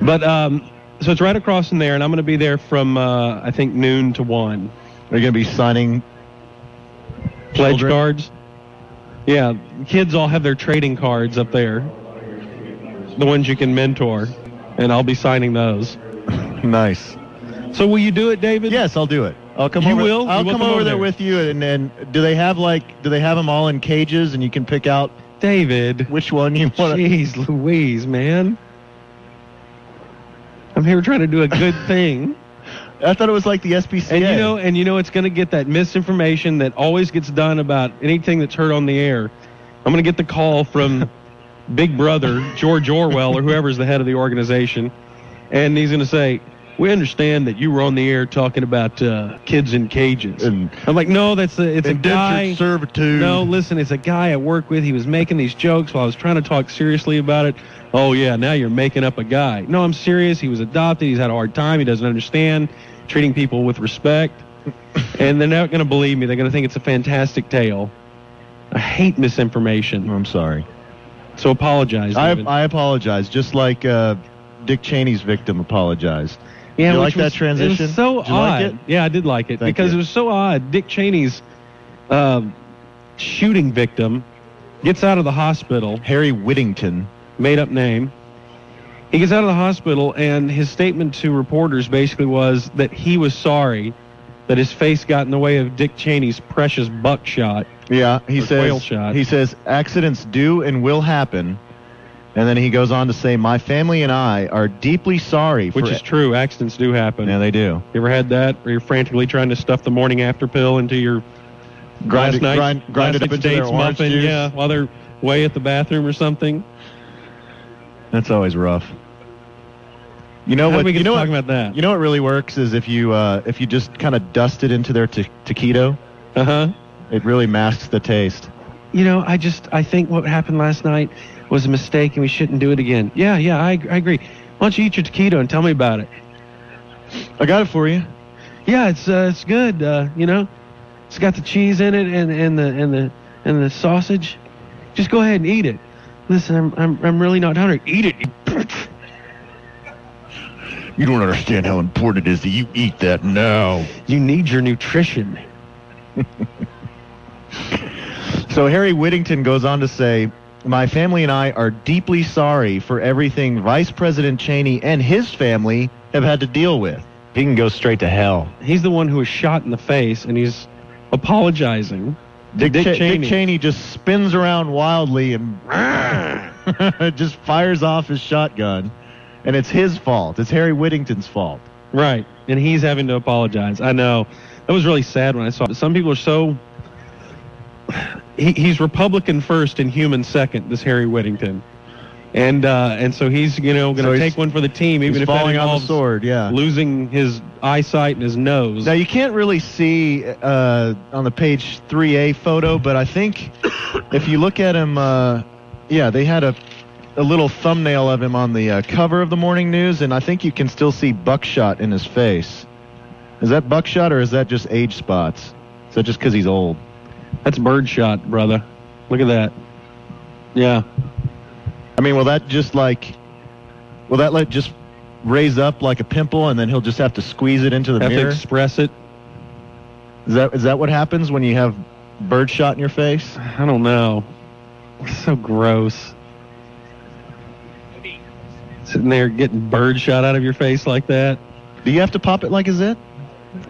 Speaker 1: But um, so it's right across from there, and I'm going to be there from uh, I think noon to one.
Speaker 3: Are you going to be signing?
Speaker 1: Pledge
Speaker 3: Children?
Speaker 1: cards. Yeah, kids all have their trading cards up there. The ones you can mentor, and I'll be signing those.
Speaker 3: Nice.
Speaker 1: So will you do it, David?
Speaker 3: Yes, I'll do it. I'll come
Speaker 1: You
Speaker 3: over.
Speaker 1: will?
Speaker 3: I'll
Speaker 1: You will
Speaker 3: come, over there, with you. And, and do they have like? Do they have them all in cages? And you can pick out
Speaker 1: David.
Speaker 3: which one you want.
Speaker 1: Jeez Louise, man. I'm here trying to do a good thing.
Speaker 3: I thought it was like the SPCA.
Speaker 1: And you know, and you know, it's going to get that misinformation that always gets done about anything that's heard on the air. I'm going to get the call from Big Brother George Orwell or whoever's the head of the organization, and he's going to say, "We understand that you were on the air talking about uh, kids in cages."
Speaker 3: And-
Speaker 1: I'm like, "No, that's a it's a
Speaker 3: indentured
Speaker 1: guy."
Speaker 3: servitude.
Speaker 1: No, listen, it's a guy I work with. He was making these jokes while I was trying to talk seriously about it. Oh, yeah, now you're making up a guy. No, I'm serious. He was adopted. He's had a hard time. He doesn't understand treating people with respect. and they're not going to believe me. They're going to think it's a fantastic tale. I hate misinformation.
Speaker 3: Oh, I'm sorry.
Speaker 1: So apologize.
Speaker 3: I,
Speaker 1: David.
Speaker 3: I apologize, just like uh, Dick Cheney's victim apologized.
Speaker 1: yeah,
Speaker 3: you
Speaker 1: which
Speaker 3: like that
Speaker 1: was- It
Speaker 3: transition?
Speaker 1: was so
Speaker 3: Did you
Speaker 1: odd.
Speaker 3: like it?
Speaker 1: Yeah, I did like it
Speaker 3: Thank
Speaker 1: because it
Speaker 3: you.
Speaker 1: was so odd. Dick Cheney's uh, shooting victim gets out of the hospital.
Speaker 3: Harry Whittington.
Speaker 1: made up name. He gets out of the hospital, and his statement to reporters basically was that he was sorry that his face got in the way of Dick Cheney's precious buckshot.
Speaker 3: Yeah, he
Speaker 1: Or quail
Speaker 3: says.
Speaker 1: shot.
Speaker 3: He says accidents do and will happen, and then he goes on to say, "My family and I are deeply sorry
Speaker 1: Which
Speaker 3: for."
Speaker 1: is true. Accidents do happen.
Speaker 3: yeah, they do.
Speaker 1: You ever had that? Where you're frantically trying to stuff the morning after pill into your last
Speaker 3: Grind it,
Speaker 1: night's-
Speaker 3: grind, grind
Speaker 1: last
Speaker 3: it up
Speaker 1: night's
Speaker 3: into their
Speaker 1: dates
Speaker 3: orange
Speaker 1: muffin,
Speaker 3: juice.
Speaker 1: yeah, while they're way at the bathroom or something.
Speaker 3: That's always rough. You know
Speaker 1: How
Speaker 3: what?
Speaker 1: did we get
Speaker 3: you know
Speaker 1: to
Speaker 3: what-
Speaker 1: talking about that?
Speaker 3: You know what really works is if you uh, if you just kind of dust it into their ta- taquito,
Speaker 1: Uh huh.
Speaker 3: it really masks the taste.
Speaker 1: you know, I just I think what happened last night was a mistake and we shouldn't do it again. Yeah, yeah, I, I agree. Why don't you eat your taquito and tell me about it?
Speaker 3: I got it for you.
Speaker 1: Yeah, it's uh, it's good. Uh, you know, it's got the cheese in it and, and the and the and the sausage. Just go ahead and eat it. Listen, I'm I'm, I'm really not hungry. Eat it. you-
Speaker 6: You don't understand how important it is that you eat that now.
Speaker 1: You need your nutrition.
Speaker 3: So Harry Whittington goes on to say, "My family and I are deeply sorry for everything Vice President Cheney and his family have had to deal with." He can go straight to hell.
Speaker 1: He's the one who was shot in the face and he's apologizing.
Speaker 3: Dick,
Speaker 1: Dick
Speaker 3: Che-
Speaker 1: Cheney.
Speaker 3: Dick Cheney just spins around wildly and just fires off his shotgun. And it's his fault. It's Harry Whittington's fault.
Speaker 1: Right. And he's having to apologize. I know. That was really sad when I saw it. Some people are so. He, he's Republican first and human second, this Harry Whittington. And uh, and so he's, you know,
Speaker 3: So
Speaker 1: going to
Speaker 3: he's-
Speaker 1: take one for the team, even
Speaker 3: He's
Speaker 1: if that
Speaker 3: falling on
Speaker 1: involves
Speaker 3: the sword, yeah.
Speaker 1: losing his eyesight and his nose.
Speaker 3: Now, you can't really see uh, on the page 3A photo, but I think if you look at him, uh, yeah, they had a, a little thumbnail of him on the uh, cover of the morning news, and I think you can still see buckshot in his face. Is that buckshot or is that just age spots? Is that just because he's old?
Speaker 1: That's birdshot, brother. Look at that. Yeah.
Speaker 3: I mean, will that just like, will that like just raise up like a pimple, and then he'll just have to squeeze it into the
Speaker 1: Have to
Speaker 3: mirror?
Speaker 1: express it.
Speaker 3: Is that is that what happens when you have birdshot in your face?
Speaker 1: I don't know. It's so gross. Sitting there getting birdshot out of your face like that.
Speaker 3: Do you have to pop it like a zit?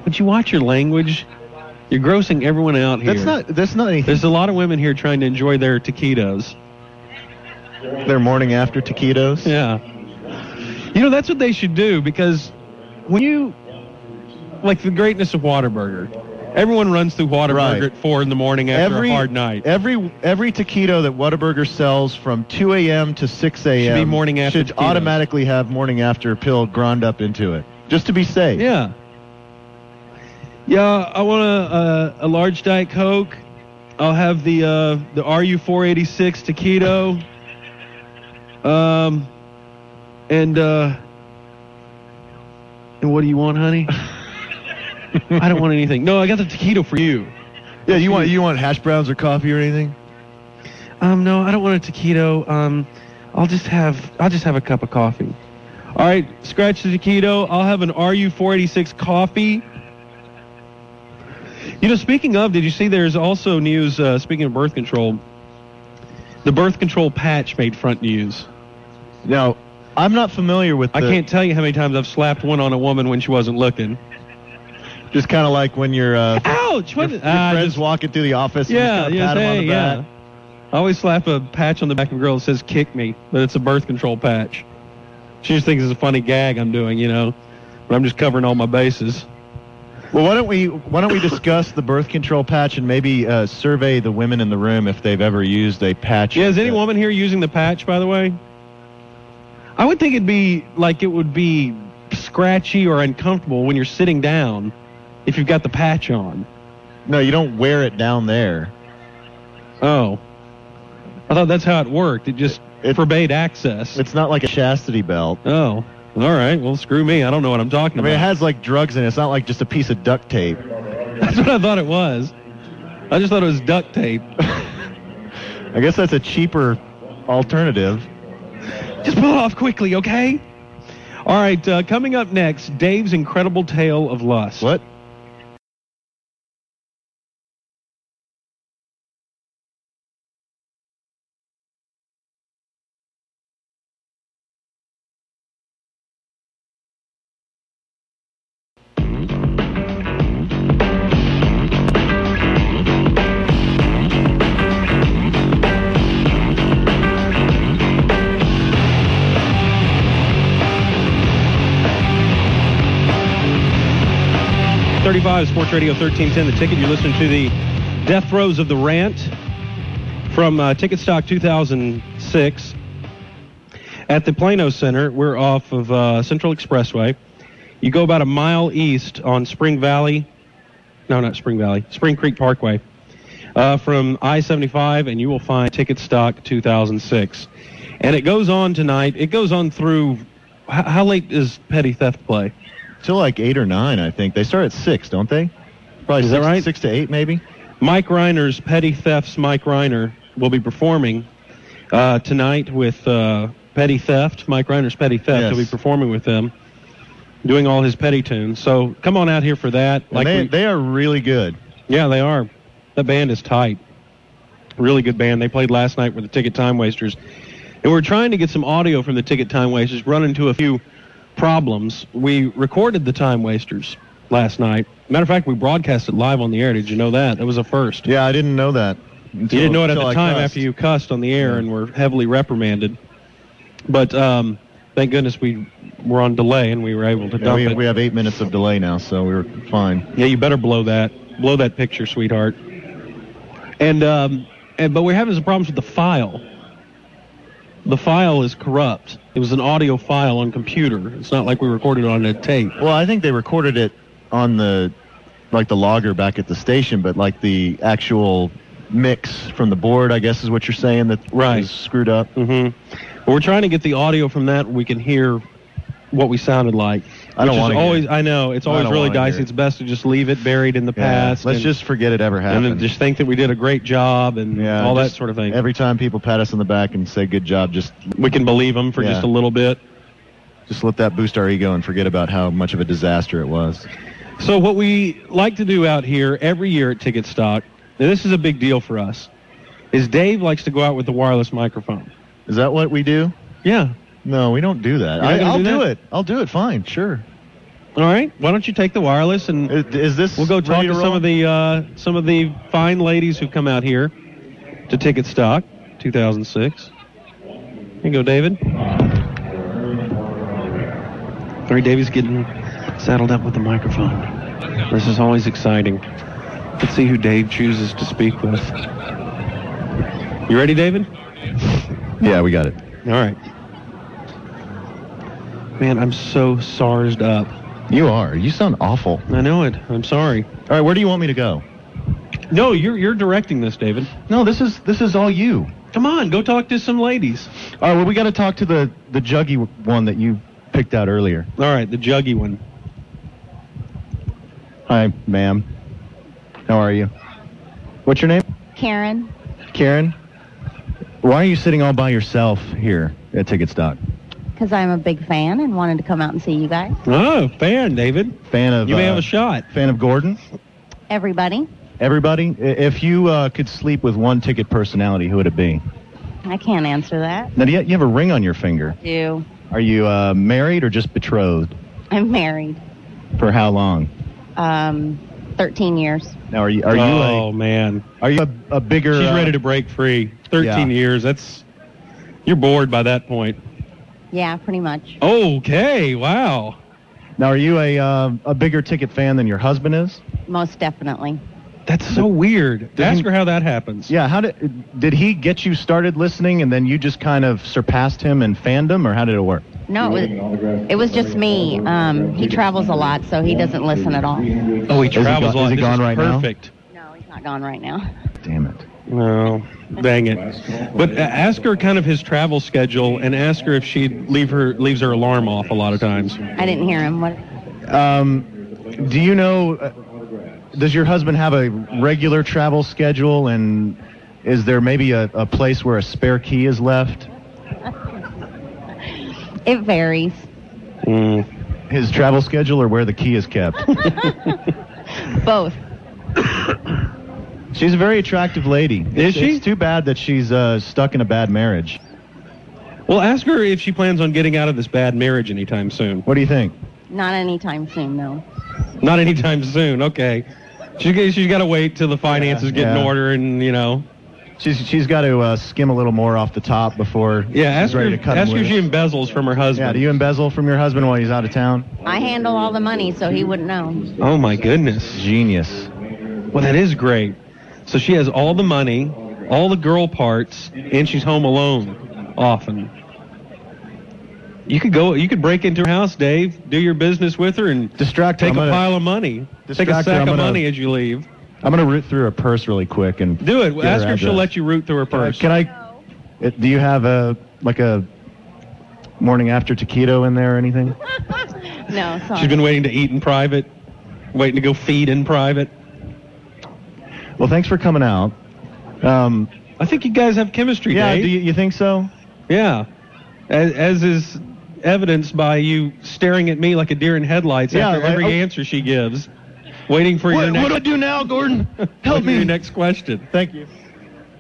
Speaker 1: Would you watch your language? You're grossing everyone out here.
Speaker 3: That's not that's not anything.
Speaker 1: There's a lot of women here trying to enjoy their taquitos.
Speaker 3: Their morning after taquitos.
Speaker 1: Yeah. You know, that's what they should do because when you, like the greatness of Whataburger, everyone runs through Whataburger
Speaker 3: Right.
Speaker 1: at 4 in the morning after
Speaker 3: Every
Speaker 1: a hard night.
Speaker 3: every every taquito that Whataburger sells from 2 a.m. to 6 a.m.
Speaker 1: Should be morning after
Speaker 3: should
Speaker 1: taquitos.
Speaker 3: automatically have morning after pill ground up into it, just to be safe.
Speaker 1: Yeah. Yeah, I want a, uh, a large Diet Coke. I'll have the uh, the RU486 taquito. Um, and uh, and what do you want, honey? I don't want anything. No, I got the taquito for you.
Speaker 3: Yeah. You want you want hash browns or coffee or anything?
Speaker 1: Um, no, I don't want a taquito. Um, I'll just have I'll just have a cup of coffee. All right, scratch the taquito. I'll have an RU486 coffee. You know, speaking of, did you see there's also news? Uh, speaking of birth control, the birth control patch made front news.
Speaker 3: Now, I'm not familiar with.
Speaker 1: I
Speaker 3: the-
Speaker 1: can't tell you how many times I've slapped one on a woman when she wasn't looking.
Speaker 3: Just kind of like when you're uh,
Speaker 1: Ouch! What?
Speaker 3: your
Speaker 1: Ah,
Speaker 3: friends
Speaker 1: just-
Speaker 3: walking through the office.
Speaker 1: yeah,
Speaker 3: and you
Speaker 1: yeah,
Speaker 3: just kinda pat 'em on
Speaker 1: hey,
Speaker 3: the
Speaker 1: yeah.
Speaker 3: back.
Speaker 1: I always slap a patch on the back of a girl that says "kick me," but it's a birth control patch. She just thinks it's a funny gag I'm doing, you know. But I'm just covering all my bases.
Speaker 3: Well, why don't we why don't we discuss the birth control patch and maybe uh, survey the women in the room if they've ever used a patch?
Speaker 1: Yeah, is any woman here using the patch, by the way? I would think it'd be like it would be scratchy or uncomfortable when you're sitting down if you've got the patch on.
Speaker 3: No, you don't wear it down there.
Speaker 1: Oh. I thought that's how it worked. It just forbade access.
Speaker 3: It's not like a chastity belt.
Speaker 1: Oh. All right. Well, screw me. I don't know what I'm talking
Speaker 3: I mean,
Speaker 1: about.
Speaker 3: it has like drugs in it. It's not like just a piece of duct tape.
Speaker 1: That's what I thought it was. I just thought it was duct tape.
Speaker 3: I guess that's a cheaper alternative.
Speaker 1: Just pull it off quickly, okay? All right, uh, coming up next, Dave's incredible tale of lust.
Speaker 3: What?
Speaker 1: Thirty-five Sports Radio 1310. The ticket you're listening to the Death Throes of the Rant from uh, Ticket Stock 2006 at the Plano Center. We're off of uh, Central Expressway. You go about a mile east on Spring Valley. No, not Spring Valley. Spring Creek Parkway. uh, from I 75, and you will find Ticket Stock 2006. And it goes on tonight. It goes on through. How, how late is petty theft play?
Speaker 3: Till like eight or nine, I think. They start at six, don't they? Probably
Speaker 1: Is that
Speaker 3: six,
Speaker 1: right?
Speaker 3: six to eight, maybe.
Speaker 1: Mike Reiner's Petty Thefts. Mike Reiner will be performing uh, tonight with uh, Petty Theft. Mike Reiner's Petty Theft.
Speaker 3: Yes.
Speaker 1: He'll be performing with them, doing all his petty tunes. So come on out here for that.
Speaker 3: Like they,
Speaker 1: we-
Speaker 3: they are really good.
Speaker 1: Yeah, they are. That band is tight. Really good band. They played last night with the Ticket Time Wasters. And we're trying to get some audio from the Ticket Time Wasters. Run into a few problems. We recorded the Time Wasters last night. Matter of fact, we broadcast it live on the air. Did you know that? It was a first.
Speaker 3: Yeah, I didn't know that.
Speaker 1: You didn't know it at the time after you cussed on the air and were heavily reprimanded. But um, thank goodness we were on delay and we were able to
Speaker 3: Yeah,
Speaker 1: dump
Speaker 3: we,
Speaker 1: it.
Speaker 3: we have eight minutes of delay now, so we were fine.
Speaker 1: Yeah, you better blow that. Blow that picture, sweetheart. And um, and but we're having some problems with the file. The file is corrupt. It was an audio file on computer. It's not like we recorded it on a tape.
Speaker 3: Well, I think they recorded it on the like the logger back at the station, but like the actual mix from the board, I guess is what you're saying that
Speaker 1: Right.
Speaker 3: was screwed up.
Speaker 1: Mm-hmm. But we're trying to get the audio from that. We can hear what we sounded like.
Speaker 3: I don't
Speaker 1: which is
Speaker 3: wanna hear
Speaker 1: always.
Speaker 3: it.
Speaker 1: I know it's
Speaker 3: I
Speaker 1: always
Speaker 3: don't
Speaker 1: really
Speaker 3: wanna hear
Speaker 1: dicey.
Speaker 3: it.
Speaker 1: It's best to just leave it buried in the past.
Speaker 3: Let's
Speaker 1: and,
Speaker 3: just forget it ever
Speaker 1: and
Speaker 3: happened.
Speaker 1: then just think that we did a great job and
Speaker 3: yeah,
Speaker 1: all that
Speaker 3: just
Speaker 1: sort of thing.
Speaker 3: Every time people pat us on the back and say good job, just
Speaker 1: we can believe them for
Speaker 3: Yeah.
Speaker 1: just a little bit.
Speaker 3: just let that boost our ego and forget about how much of a disaster it was.
Speaker 1: So what we like to do out here every year at Ticket Stock, and this is a big deal for us, is Dave likes to go out with the wireless microphone.
Speaker 3: Is that what we do?
Speaker 1: Yeah.
Speaker 3: No, we don't do that.
Speaker 1: You're not
Speaker 3: I,
Speaker 1: gonna
Speaker 3: I'll
Speaker 1: do
Speaker 3: do,
Speaker 1: that?
Speaker 3: it. I'll do it. Fine, sure.
Speaker 1: All right. Why don't you take the wireless and
Speaker 3: Is, is this?
Speaker 1: we'll go talk
Speaker 3: ready
Speaker 1: to
Speaker 3: roll?
Speaker 1: some of the uh, some of the fine ladies who come out here to Ticket Stock 2006. Here you go, David. All right, David's getting saddled up with the microphone. This is always exciting. Let's see who Dave chooses to speak with. You ready, David?
Speaker 3: Yeah, we got it.
Speaker 1: All right. Man, I'm so sarsed up.
Speaker 3: You are. You sound awful.
Speaker 1: I know it. I'm sorry.
Speaker 3: All right, where do you want me to go?
Speaker 1: No, you're you're directing this, David.
Speaker 3: No, this is this is all you.
Speaker 1: Come on, go talk to some ladies.
Speaker 3: All right, well, we got to talk to the the juggy one that you picked out earlier.
Speaker 1: All right, the juggy one.
Speaker 3: Hi, ma'am. How are you? What's your name?
Speaker 10: Karen,
Speaker 3: Karen. Why are you sitting all by yourself here at Ticket Stock?
Speaker 10: because I'm a big fan and wanted to come out and see you guys.
Speaker 1: Oh, fan, David.
Speaker 3: Fan of
Speaker 1: You may
Speaker 3: uh,
Speaker 1: have a shot.
Speaker 3: fan of Gordon.
Speaker 10: Everybody,
Speaker 3: Everybody, I- if you uh, could sleep with one ticket personality, who would it be?
Speaker 10: I can't answer that.
Speaker 3: Now, do you, you have a ring on your finger.
Speaker 10: Do
Speaker 3: Are you uh, married or just betrothed?
Speaker 10: I'm married
Speaker 3: For how long?
Speaker 10: um, 13 years.
Speaker 3: Now, are you are you?
Speaker 1: Oh,
Speaker 3: a,
Speaker 1: man,
Speaker 3: are you a, a bigger?
Speaker 1: She's
Speaker 3: uh,
Speaker 1: ready to break free. Thirteen
Speaker 3: Yeah.
Speaker 1: years. That's you're bored by that point.
Speaker 10: Yeah, pretty much.
Speaker 1: Okay. Wow.
Speaker 3: Now, are you a uh, a bigger ticket fan than your husband is?
Speaker 10: Most definitely.
Speaker 1: That's so weird.
Speaker 3: Does
Speaker 1: Ask
Speaker 3: he-
Speaker 1: her how that happens.
Speaker 3: Yeah. How did did he get you started listening, and then you just kind of surpassed him in fandom, or how did it work?
Speaker 10: No, it was, it was just me. Um, he travels a lot, so he doesn't listen at all.
Speaker 1: Oh, he
Speaker 3: Is he
Speaker 1: travels
Speaker 3: go-
Speaker 1: on.
Speaker 3: is he
Speaker 1: This
Speaker 3: gone right now?
Speaker 1: perfect.
Speaker 10: He's not gone right now.
Speaker 3: Damn it.
Speaker 1: No, dang it. But a- ask her kind of his travel schedule, and ask her if she leave her leaves her alarm off a lot of times.
Speaker 10: I didn't hear him. What?
Speaker 3: Um, do you know? uh, Does your husband have a regular travel schedule, and is there maybe a, a place where a spare key is left?
Speaker 10: It varies.
Speaker 3: His travel schedule, or where the key is kept?
Speaker 10: Both.
Speaker 3: she's a very attractive lady. Is
Speaker 1: she?
Speaker 3: It's too bad that she's uh, stuck in a bad marriage.
Speaker 1: Well, ask her if she plans on getting out of this bad marriage anytime soon.
Speaker 3: What do you think?
Speaker 10: Not anytime soon, though.
Speaker 1: Not anytime soon. Okay. She g- she's got to wait till the finances get in
Speaker 3: yeah.
Speaker 1: order, and you know.
Speaker 3: She's she's got to uh, skim a little more off the top before
Speaker 1: Yeah. Ask
Speaker 3: she's ready
Speaker 1: her.
Speaker 3: to cut him
Speaker 1: Ask her if
Speaker 3: loose.
Speaker 1: she embezzels from her
Speaker 3: Yeah,
Speaker 1: husband.
Speaker 3: do you embezzle from your husband while he's out of town?
Speaker 10: I handle all the money, so he wouldn't know.
Speaker 1: oh my goodness.
Speaker 3: Genius.
Speaker 1: Well, that is great. So she has all the money, all the girl parts, and she's home alone often. You could go. You could break into her house, Dave. Do your business with her, and
Speaker 3: Distract her.
Speaker 1: take
Speaker 3: I'm
Speaker 1: a
Speaker 3: gonna-
Speaker 1: pile of money. Take a
Speaker 3: Distract her.
Speaker 1: sack
Speaker 3: I'm
Speaker 1: of
Speaker 3: gonna-
Speaker 1: money as you leave.
Speaker 3: I'm gonna root through her purse really quick and
Speaker 1: Do it.
Speaker 3: Get her
Speaker 1: Ask her if she'll
Speaker 3: address.
Speaker 1: let you root through her purse.
Speaker 3: Can I? uh, Do you have a like a morning after taquito in there or anything?
Speaker 10: No, sorry.
Speaker 1: She's been waiting to eat in private, waiting to go feed in private.
Speaker 3: Well, thanks for coming out. Um,
Speaker 1: I think you guys have chemistry,
Speaker 3: yeah,
Speaker 1: Dave.
Speaker 3: do you, you think so?
Speaker 1: yeah, as, as is evidenced by you staring at me like a deer in headlights
Speaker 3: Yeah,
Speaker 1: after
Speaker 3: like,
Speaker 1: every
Speaker 3: oh.
Speaker 1: answer she gives, waiting for your next.
Speaker 3: do now, Gordon?
Speaker 1: Help me. Your next question.
Speaker 3: Thank you.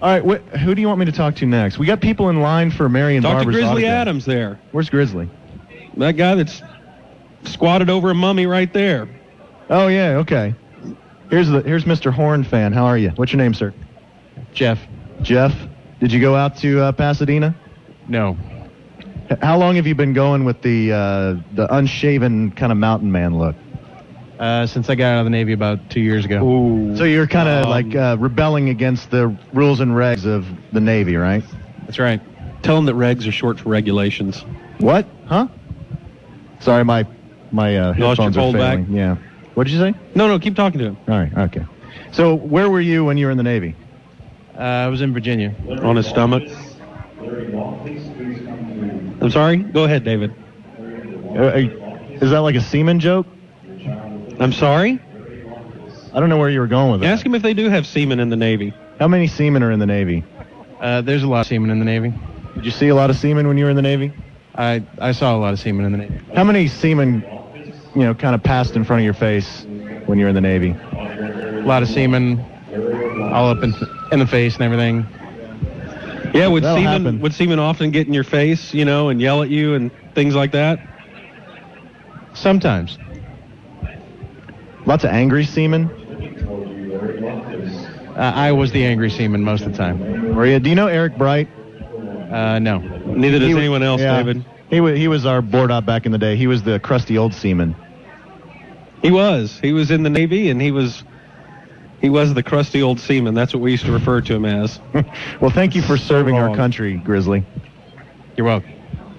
Speaker 3: All right, wh- who do you want me to talk to next? We got people in line for Marion
Speaker 1: Talk to
Speaker 3: Barber's
Speaker 1: Grizzly
Speaker 3: autograph.
Speaker 1: Adams there.
Speaker 3: Where's Grizzly?
Speaker 1: That guy that's squatted over a mummy right there.
Speaker 3: Oh yeah, okay. Here's the here's Mr. Horn fan. How are you? What's your name, sir?
Speaker 11: Jeff,
Speaker 3: Jeff. Did you go out to uh, Pasadena?
Speaker 11: no.
Speaker 3: H- How long have you been going with the uh, the unshaven kind of mountain man look?
Speaker 11: Uh, since I got out of the Navy about two years ago. Um,
Speaker 1: Ooh.
Speaker 3: So you're kind of like uh, rebelling against the rules and regs of the Navy, right?
Speaker 11: That's right.
Speaker 1: Tell him that regs are short for regulations.
Speaker 3: What? Huh? Sorry, my my uh,
Speaker 1: You lost your
Speaker 3: headphones are
Speaker 1: fold back?
Speaker 3: failing. Yeah. What did you say?
Speaker 1: No, no, keep talking to him.
Speaker 3: All right. Okay. So where were you when you were in the Navy?
Speaker 11: Uh, I was in Virginia.
Speaker 1: On his stomach. I'm sorry? Go ahead, David.
Speaker 3: Uh, uh, is that like a seaman joke?
Speaker 1: I'm sorry?
Speaker 3: I don't know where you were going with that.
Speaker 1: Ask him if they do have semen in the Navy.
Speaker 3: How many seamen are in the Navy?
Speaker 11: Uh, there's a lot of seamen in the Navy.
Speaker 3: Did you see a lot of seamen when you were in the Navy?
Speaker 11: I, I saw a lot of seamen in the Navy.
Speaker 3: How many seamen, you know, kind of passed in front of your face when you were in the Navy?
Speaker 11: A lot of seamen, all up in, in the face and everything.
Speaker 1: Yeah, would
Speaker 3: That'll
Speaker 1: semen
Speaker 3: happen.
Speaker 1: would semen often get in your face, you know, and yell at you and things like that?
Speaker 11: Sometimes.
Speaker 3: Lots of angry seamen.
Speaker 11: Uh, I was the angry seaman most of the time.
Speaker 3: Were you? Do you know Eric Bright?
Speaker 11: Uh, no.
Speaker 1: Neither does
Speaker 3: He wa-
Speaker 1: anyone else,
Speaker 3: yeah.
Speaker 1: David.
Speaker 3: He was, he was our board op back in the day. He was the crusty old seaman.
Speaker 1: He was. He was in the Navy and he was he was the crusty old seaman. That's what we used to refer to him as.
Speaker 3: Well, thank you for serving our
Speaker 1: wrong.
Speaker 3: country, Grizzly.
Speaker 11: You're welcome.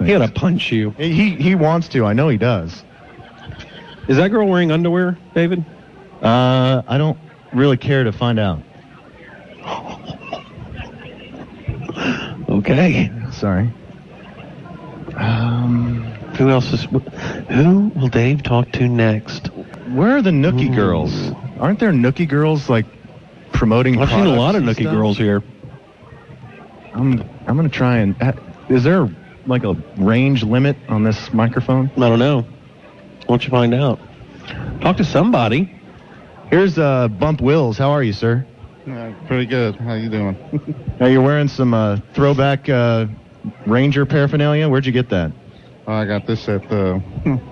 Speaker 1: He had to punch you.
Speaker 3: He he wants to. I know he does.
Speaker 1: Is that girl wearing underwear, David?
Speaker 3: Uh, I don't really care to find out.
Speaker 1: Okay.
Speaker 3: Sorry. Um,
Speaker 1: Who else is? Who will Dave talk to next?
Speaker 3: where are the Nookie girls? Aren't there Nookie girls like promoting?
Speaker 1: I've seen a
Speaker 3: products
Speaker 1: lot of
Speaker 3: and
Speaker 1: Nookie
Speaker 3: stuff?
Speaker 1: girls here.
Speaker 3: I'm I'm gonna try and. uh, Is there like a range limit on this microphone?
Speaker 1: I don't know. Why don't you find out? Talk to somebody.
Speaker 3: Here's uh, Bump Wills. How are you, sir?
Speaker 12: pretty good. How you doing?
Speaker 3: Now you're wearing some uh, throwback uh, Ranger paraphernalia. Where'd you get that?
Speaker 5: I got this at, uh,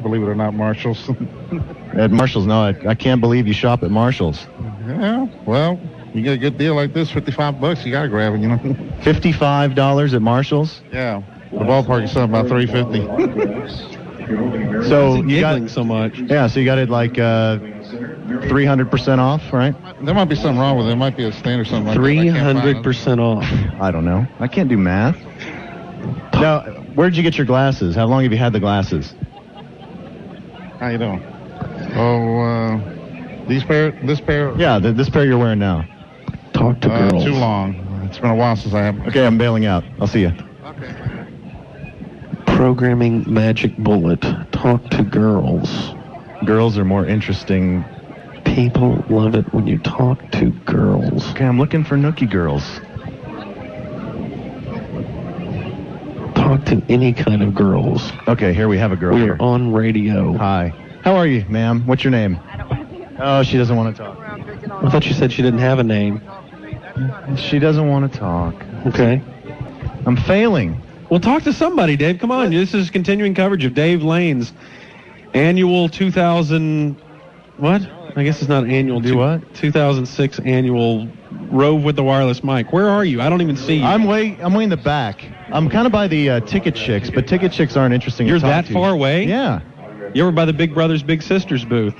Speaker 5: believe it or not, Marshalls.
Speaker 3: At Marshall's, no, I, I can't believe you shop at Marshall's.
Speaker 5: yeah, well, you get a good deal like this, 55 bucks, you got to grab it, you know.
Speaker 3: Fifty-five dollars at Marshall's.
Speaker 5: yeah, the ballpark is something about 350
Speaker 3: So Oh, you
Speaker 5: giggling
Speaker 3: got so much. Yeah, so you got it like uh, three hundred percent off, right?
Speaker 5: There might be something wrong with it. There might be a stain or something like that. I
Speaker 3: Three
Speaker 5: can't find it.
Speaker 3: hundred percent
Speaker 1: off.
Speaker 3: I don't know. I can't do math. Now, where'd you get your glasses? How long have you had the glasses?
Speaker 5: How you doing? Oh, uh, these pair, this pair.
Speaker 3: Yeah, th- this pair you're wearing now. Talk
Speaker 5: to Uh, girls. too long. It's been a while since I have.
Speaker 3: Okay, I'm bailing out. I'll see you.
Speaker 1: Programming magic bullet. Talk to girls.
Speaker 3: Girls are more interesting.
Speaker 1: People love it when you talk to girls.
Speaker 3: Okay, I'm looking for nookie girls.
Speaker 1: Talk to any kind of girls.
Speaker 3: Okay, here we have a girl.
Speaker 1: We're on radio.
Speaker 3: Hi. How are you, ma'am? What's your name? Oh, she doesn't want to talk.
Speaker 1: I thought you said she didn't have a name.
Speaker 3: She doesn't want to talk.
Speaker 1: Okay.
Speaker 3: I'm failing.
Speaker 1: Well, talk to somebody, Dave. Come on. This is continuing coverage of Dave Lane's annual 2000. What? I guess it's not annual. Do
Speaker 3: what?
Speaker 1: 2006 annual Rove with the wireless mic. Where are you? I don't even see you.
Speaker 3: I'm way I'm way in the back. I'm kind of by the uh, ticket chicks, but ticket chicks aren't interesting.
Speaker 1: You're
Speaker 3: to talk
Speaker 1: that
Speaker 3: to.
Speaker 1: far away?
Speaker 3: Yeah.
Speaker 1: You were by the Big Brothers Big Sisters booth,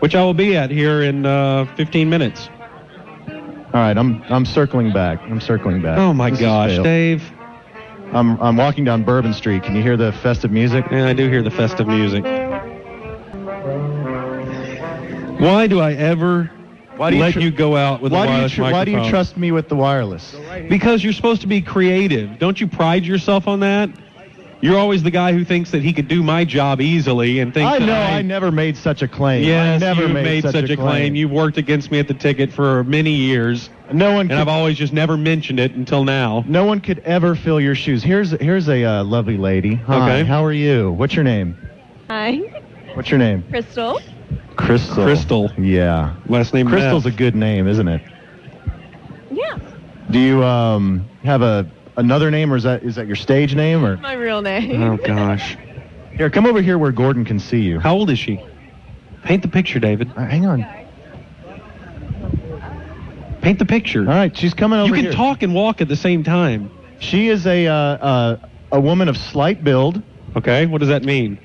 Speaker 1: which I will be at here in uh, 15 minutes.
Speaker 3: All right, I'm I'm circling back. I'm circling back.
Speaker 1: Oh my
Speaker 3: This is
Speaker 1: gosh,
Speaker 3: fail.
Speaker 1: Dave.
Speaker 3: I'm I'm walking down Bourbon Street. Can you hear the festive music?
Speaker 1: Yeah, I do hear the festive music. Why do I ever
Speaker 3: Why do you
Speaker 1: let
Speaker 3: tr-
Speaker 1: you go out with
Speaker 3: why
Speaker 1: a wireless
Speaker 3: do you tr- Why do you
Speaker 1: microphone?
Speaker 3: trust me with the wireless?
Speaker 1: Because you're supposed to be creative. Don't you pride yourself on that? You're always the guy who thinks that he could do my job easily and thinks
Speaker 3: I
Speaker 1: that
Speaker 3: know
Speaker 1: I,
Speaker 3: I never made such a claim.
Speaker 1: Yes,
Speaker 3: I never
Speaker 1: you've made, such, a claim. You've worked against me at the ticket for many years.
Speaker 3: No one
Speaker 1: and
Speaker 3: could-
Speaker 1: I've always just never mentioned it until now.
Speaker 3: No one could ever fill your shoes. Here's here's a uh, lovely lady. Hi,
Speaker 1: Okay.
Speaker 3: how are you? What's your name?
Speaker 10: Hi,
Speaker 3: What's your name?
Speaker 10: Crystal.
Speaker 3: Crystal.
Speaker 1: Crystal.
Speaker 3: Yeah.
Speaker 1: Last name
Speaker 3: Crystal's a good name, isn't it?
Speaker 10: Yeah,
Speaker 3: Do you um have a another name or is that is that your stage name or
Speaker 10: my real name.
Speaker 3: Oh
Speaker 1: gosh.
Speaker 3: Here, come over here where Gordon can see you.
Speaker 1: How old is she? Paint the picture, David.
Speaker 3: hang on.
Speaker 1: Paint the picture. All
Speaker 3: right, she's coming over
Speaker 1: You can
Speaker 3: here.
Speaker 1: talk and walk at the same time.
Speaker 3: She is a uh, uh, a woman of slight build.
Speaker 1: Okay, what does that mean?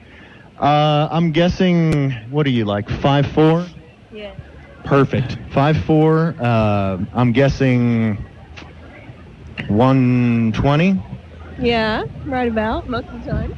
Speaker 3: Uh, I'm guessing. What are you like? Five four.
Speaker 10: Yeah.
Speaker 1: Perfect.
Speaker 3: Five four. Uh, I'm guessing. One twenty.
Speaker 10: Yeah, right about most of the time.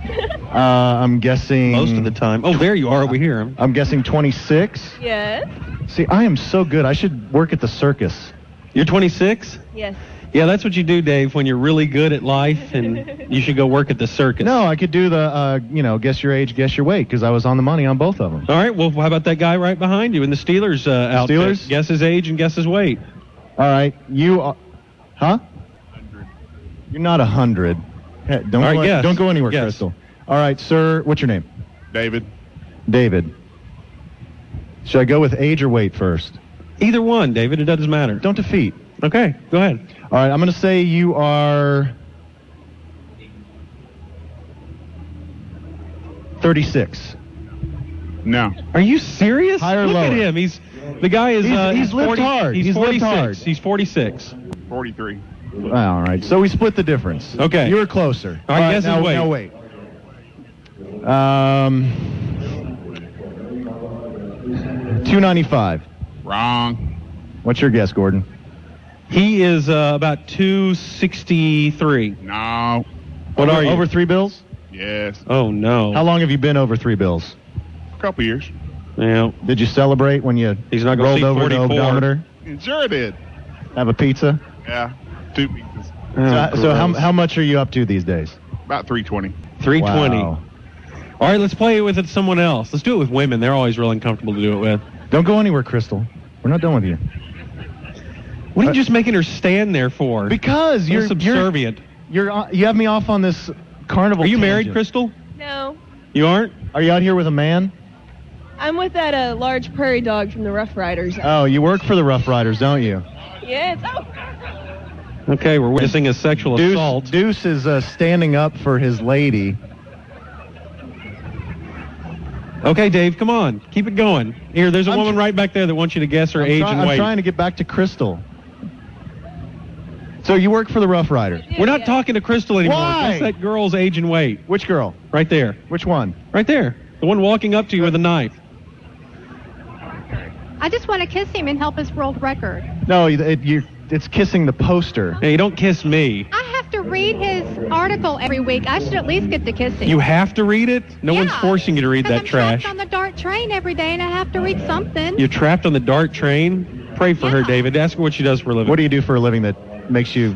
Speaker 3: Uh, I'm guessing. Most of the
Speaker 1: time. Oh, there you are over here.
Speaker 3: I'm guessing twenty six.
Speaker 10: yes.
Speaker 3: See, I am so good. I should work at the circus.
Speaker 1: You're 26?
Speaker 10: Yes.
Speaker 1: Yeah, that's what you do, Dave, when you're really good at life and you should go work at the circus.
Speaker 3: No, I could do the, uh, you know, guess your age, guess your weight, because I was on the money on both of them.
Speaker 1: All right, well, how about that guy right behind you in the Steelers uh, outfit?
Speaker 3: Steelers?
Speaker 1: Guess his age and guess his weight.
Speaker 3: All right, you are, huh? You're not a hundred. Hey, don't
Speaker 1: All right,
Speaker 3: go,
Speaker 1: guess.
Speaker 3: don't go anywhere,
Speaker 1: Guess.
Speaker 3: Crystal. All right, sir. What's your name?
Speaker 5: David.
Speaker 3: David. Should I go with age or weight first?
Speaker 1: Either one, David. It doesn't matter.
Speaker 3: Don't defeat.
Speaker 1: Okay, go ahead.
Speaker 3: All right, I'm going to say you are 36.
Speaker 5: No.
Speaker 1: Are you serious?
Speaker 3: Higher or
Speaker 1: Look at
Speaker 3: lower?
Speaker 1: him. He's the guy is
Speaker 3: He's-
Speaker 1: uh,
Speaker 3: he's lived
Speaker 1: 40
Speaker 3: hard.
Speaker 1: He's,
Speaker 3: He's lived
Speaker 1: 46.
Speaker 3: hard.
Speaker 1: He's 46.
Speaker 5: 43.
Speaker 3: All right, so we split the difference.
Speaker 1: Okay.
Speaker 3: You were closer.
Speaker 1: All right, guess his
Speaker 3: now,
Speaker 1: weight.
Speaker 3: now wait. Um, 295.
Speaker 5: Wrong.
Speaker 3: What's your guess, Gordon?
Speaker 1: He is uh, about 263.
Speaker 5: No.
Speaker 1: What
Speaker 3: Over-
Speaker 1: are you?
Speaker 3: Over three bills?
Speaker 5: Yes.
Speaker 1: Oh no.
Speaker 3: How long have you been over three bills?
Speaker 5: A couple years.
Speaker 1: Yeah.
Speaker 3: Did you celebrate when you
Speaker 1: He's not gonna
Speaker 3: rolled
Speaker 1: see
Speaker 3: over
Speaker 1: 44.
Speaker 3: the odometer?
Speaker 5: Sure I did.
Speaker 3: Have a pizza?
Speaker 5: Yeah. Two pieces.
Speaker 1: Oh,
Speaker 3: so so how, how much are you up to these days?
Speaker 5: About 320.
Speaker 1: 320.
Speaker 3: Wow.
Speaker 1: All right, let's play it with it someone else. Let's do it with women. They're always real uncomfortable to do it with.
Speaker 3: Don't go anywhere, Crystal. We're not done with you.
Speaker 1: What are you just making her stand there for?
Speaker 3: Because
Speaker 1: So
Speaker 3: you're
Speaker 1: subservient.
Speaker 3: You're, you're on- you have me off on this carnival.
Speaker 1: Are you married,
Speaker 3: tangent.
Speaker 1: Crystal?
Speaker 10: No,
Speaker 1: You aren't?
Speaker 3: Are you out here with a man?
Speaker 10: I'm with that uh, large prairie dog from the Rough Riders.
Speaker 3: Oh, you work for the Rough Riders, don't you?
Speaker 10: Yes. Oh.
Speaker 1: Okay, we're witnessing a sexual
Speaker 3: Deuce,
Speaker 1: assault.
Speaker 3: Deuce is uh, standing up for his lady.
Speaker 1: Okay, Dave, come on. Keep it going. Here, there's a woman right back there that wants you to guess her
Speaker 3: I'm
Speaker 1: age
Speaker 3: try-
Speaker 1: and
Speaker 3: I'm
Speaker 1: weight.
Speaker 3: trying to get back to Crystal. So you work for the Rough Rider?
Speaker 1: We're not talking to Crystal anymore.
Speaker 3: Why?
Speaker 1: Guess that girl's age and weight.
Speaker 3: Which girl?
Speaker 1: Right there.
Speaker 3: Which one?
Speaker 1: Right there. The one walking up to you with a knife.
Speaker 10: I just want to kiss him and help his world record.
Speaker 3: No, you- it, you, it's kissing the poster.
Speaker 1: Hey, don't kiss me.
Speaker 10: I have to read his article every week. I should at least get to kiss him.
Speaker 1: You have to read it? No one's forcing you to read that trash.
Speaker 10: It's on the dark train every day, and I have to read something.
Speaker 1: You're trapped on the dark train? Pray for her, David. Ask her what she does for a living.
Speaker 3: What do you do for a living that makes you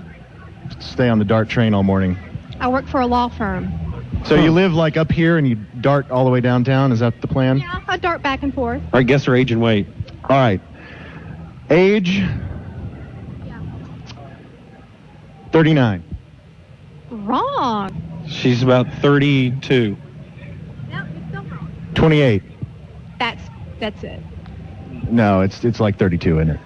Speaker 3: stay on the dart train all morning?
Speaker 10: I work for a law firm.
Speaker 3: So you live like up here and you dart all the way downtown? Is that the plan?
Speaker 10: Yeah, I dart back and forth.
Speaker 1: All right, guess her age and weight.
Speaker 3: All right. Age 39.
Speaker 10: Wrong.
Speaker 1: She's about 32.
Speaker 3: 28.
Speaker 10: That's that's it.
Speaker 3: No, it's it's like 32, isn't it?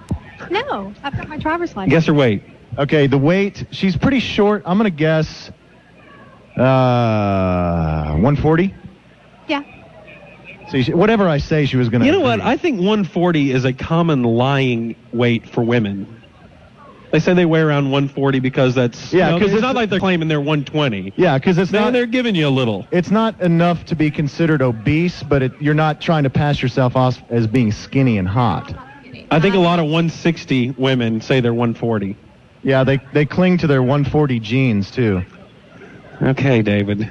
Speaker 10: No, I've got my driver's license.
Speaker 1: her weight.
Speaker 3: Okay, the weight, she's pretty short. I'm going to guess uh 140.
Speaker 10: Yeah.
Speaker 3: So you should- whatever I say she was going to
Speaker 1: You know what? I think 140 is a common lying weight for women. They say they weigh around 140 because that's
Speaker 3: Yeah,
Speaker 1: you know,
Speaker 3: 'cause
Speaker 1: it's,
Speaker 3: it's-
Speaker 1: not like they're claiming they're 120.
Speaker 3: Yeah, because it's
Speaker 1: They-
Speaker 3: not
Speaker 1: they're giving you a little.
Speaker 3: It's not enough to be considered obese, but it, you're not trying to pass yourself off as being skinny and hot.
Speaker 1: I think a lot of 160 women say they're 140.
Speaker 3: Yeah, they they cling to their 140 genes too.
Speaker 1: Okay, David.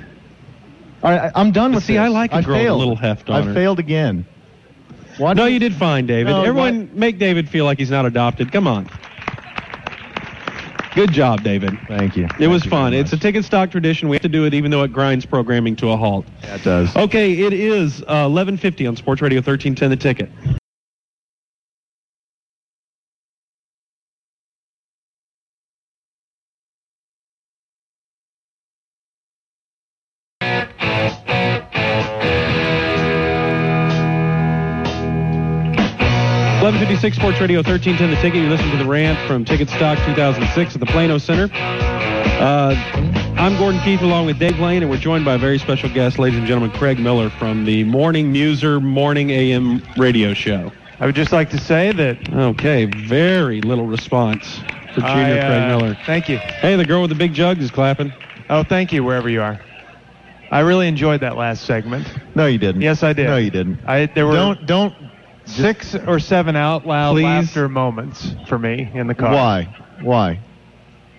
Speaker 3: All right, I- I'm done
Speaker 1: But
Speaker 3: with
Speaker 1: see,
Speaker 3: this.
Speaker 1: I like a girl with a
Speaker 3: failed.
Speaker 1: little heft
Speaker 3: I
Speaker 1: on her.
Speaker 3: failed again. Why
Speaker 1: no, you did fine, David.
Speaker 3: No,
Speaker 1: Everyone, make David feel like he's not adopted. Come on. Good job, David.
Speaker 3: Thank you.
Speaker 1: It was fun. It's a ticket stock tradition. We have to do it, even though it grinds programming to a halt.
Speaker 3: Yeah, it
Speaker 13: Oh,
Speaker 3: does.
Speaker 1: Okay, it is uh, 11:50 on Sports Radio 1310. The ticket. Eleven fifty six Sports Radio thirteen ten the ticket. You listen to the rant from Ticket Stock two thousand six at the Plano Center. Uh, I'm Gordon Keith along with Dave Lane, and we're joined by a very special guest, ladies and gentlemen, Craig Miller from the Morning Muser Morning AM radio show.
Speaker 13: I would just like to say that.
Speaker 1: Okay, very little response for Junior
Speaker 13: I, uh,
Speaker 1: Craig Miller.
Speaker 13: Thank you.
Speaker 1: Hey, the girl with the big jug is clapping.
Speaker 13: Oh, thank you, wherever you are. I really enjoyed that last segment.
Speaker 3: No, you didn't.
Speaker 13: Yes, I did.
Speaker 3: No, you didn't.
Speaker 13: I there were
Speaker 3: Don't- don't-
Speaker 13: six or seven out loud
Speaker 3: Please.
Speaker 13: laughter moments for me in the car.
Speaker 3: Why? Why?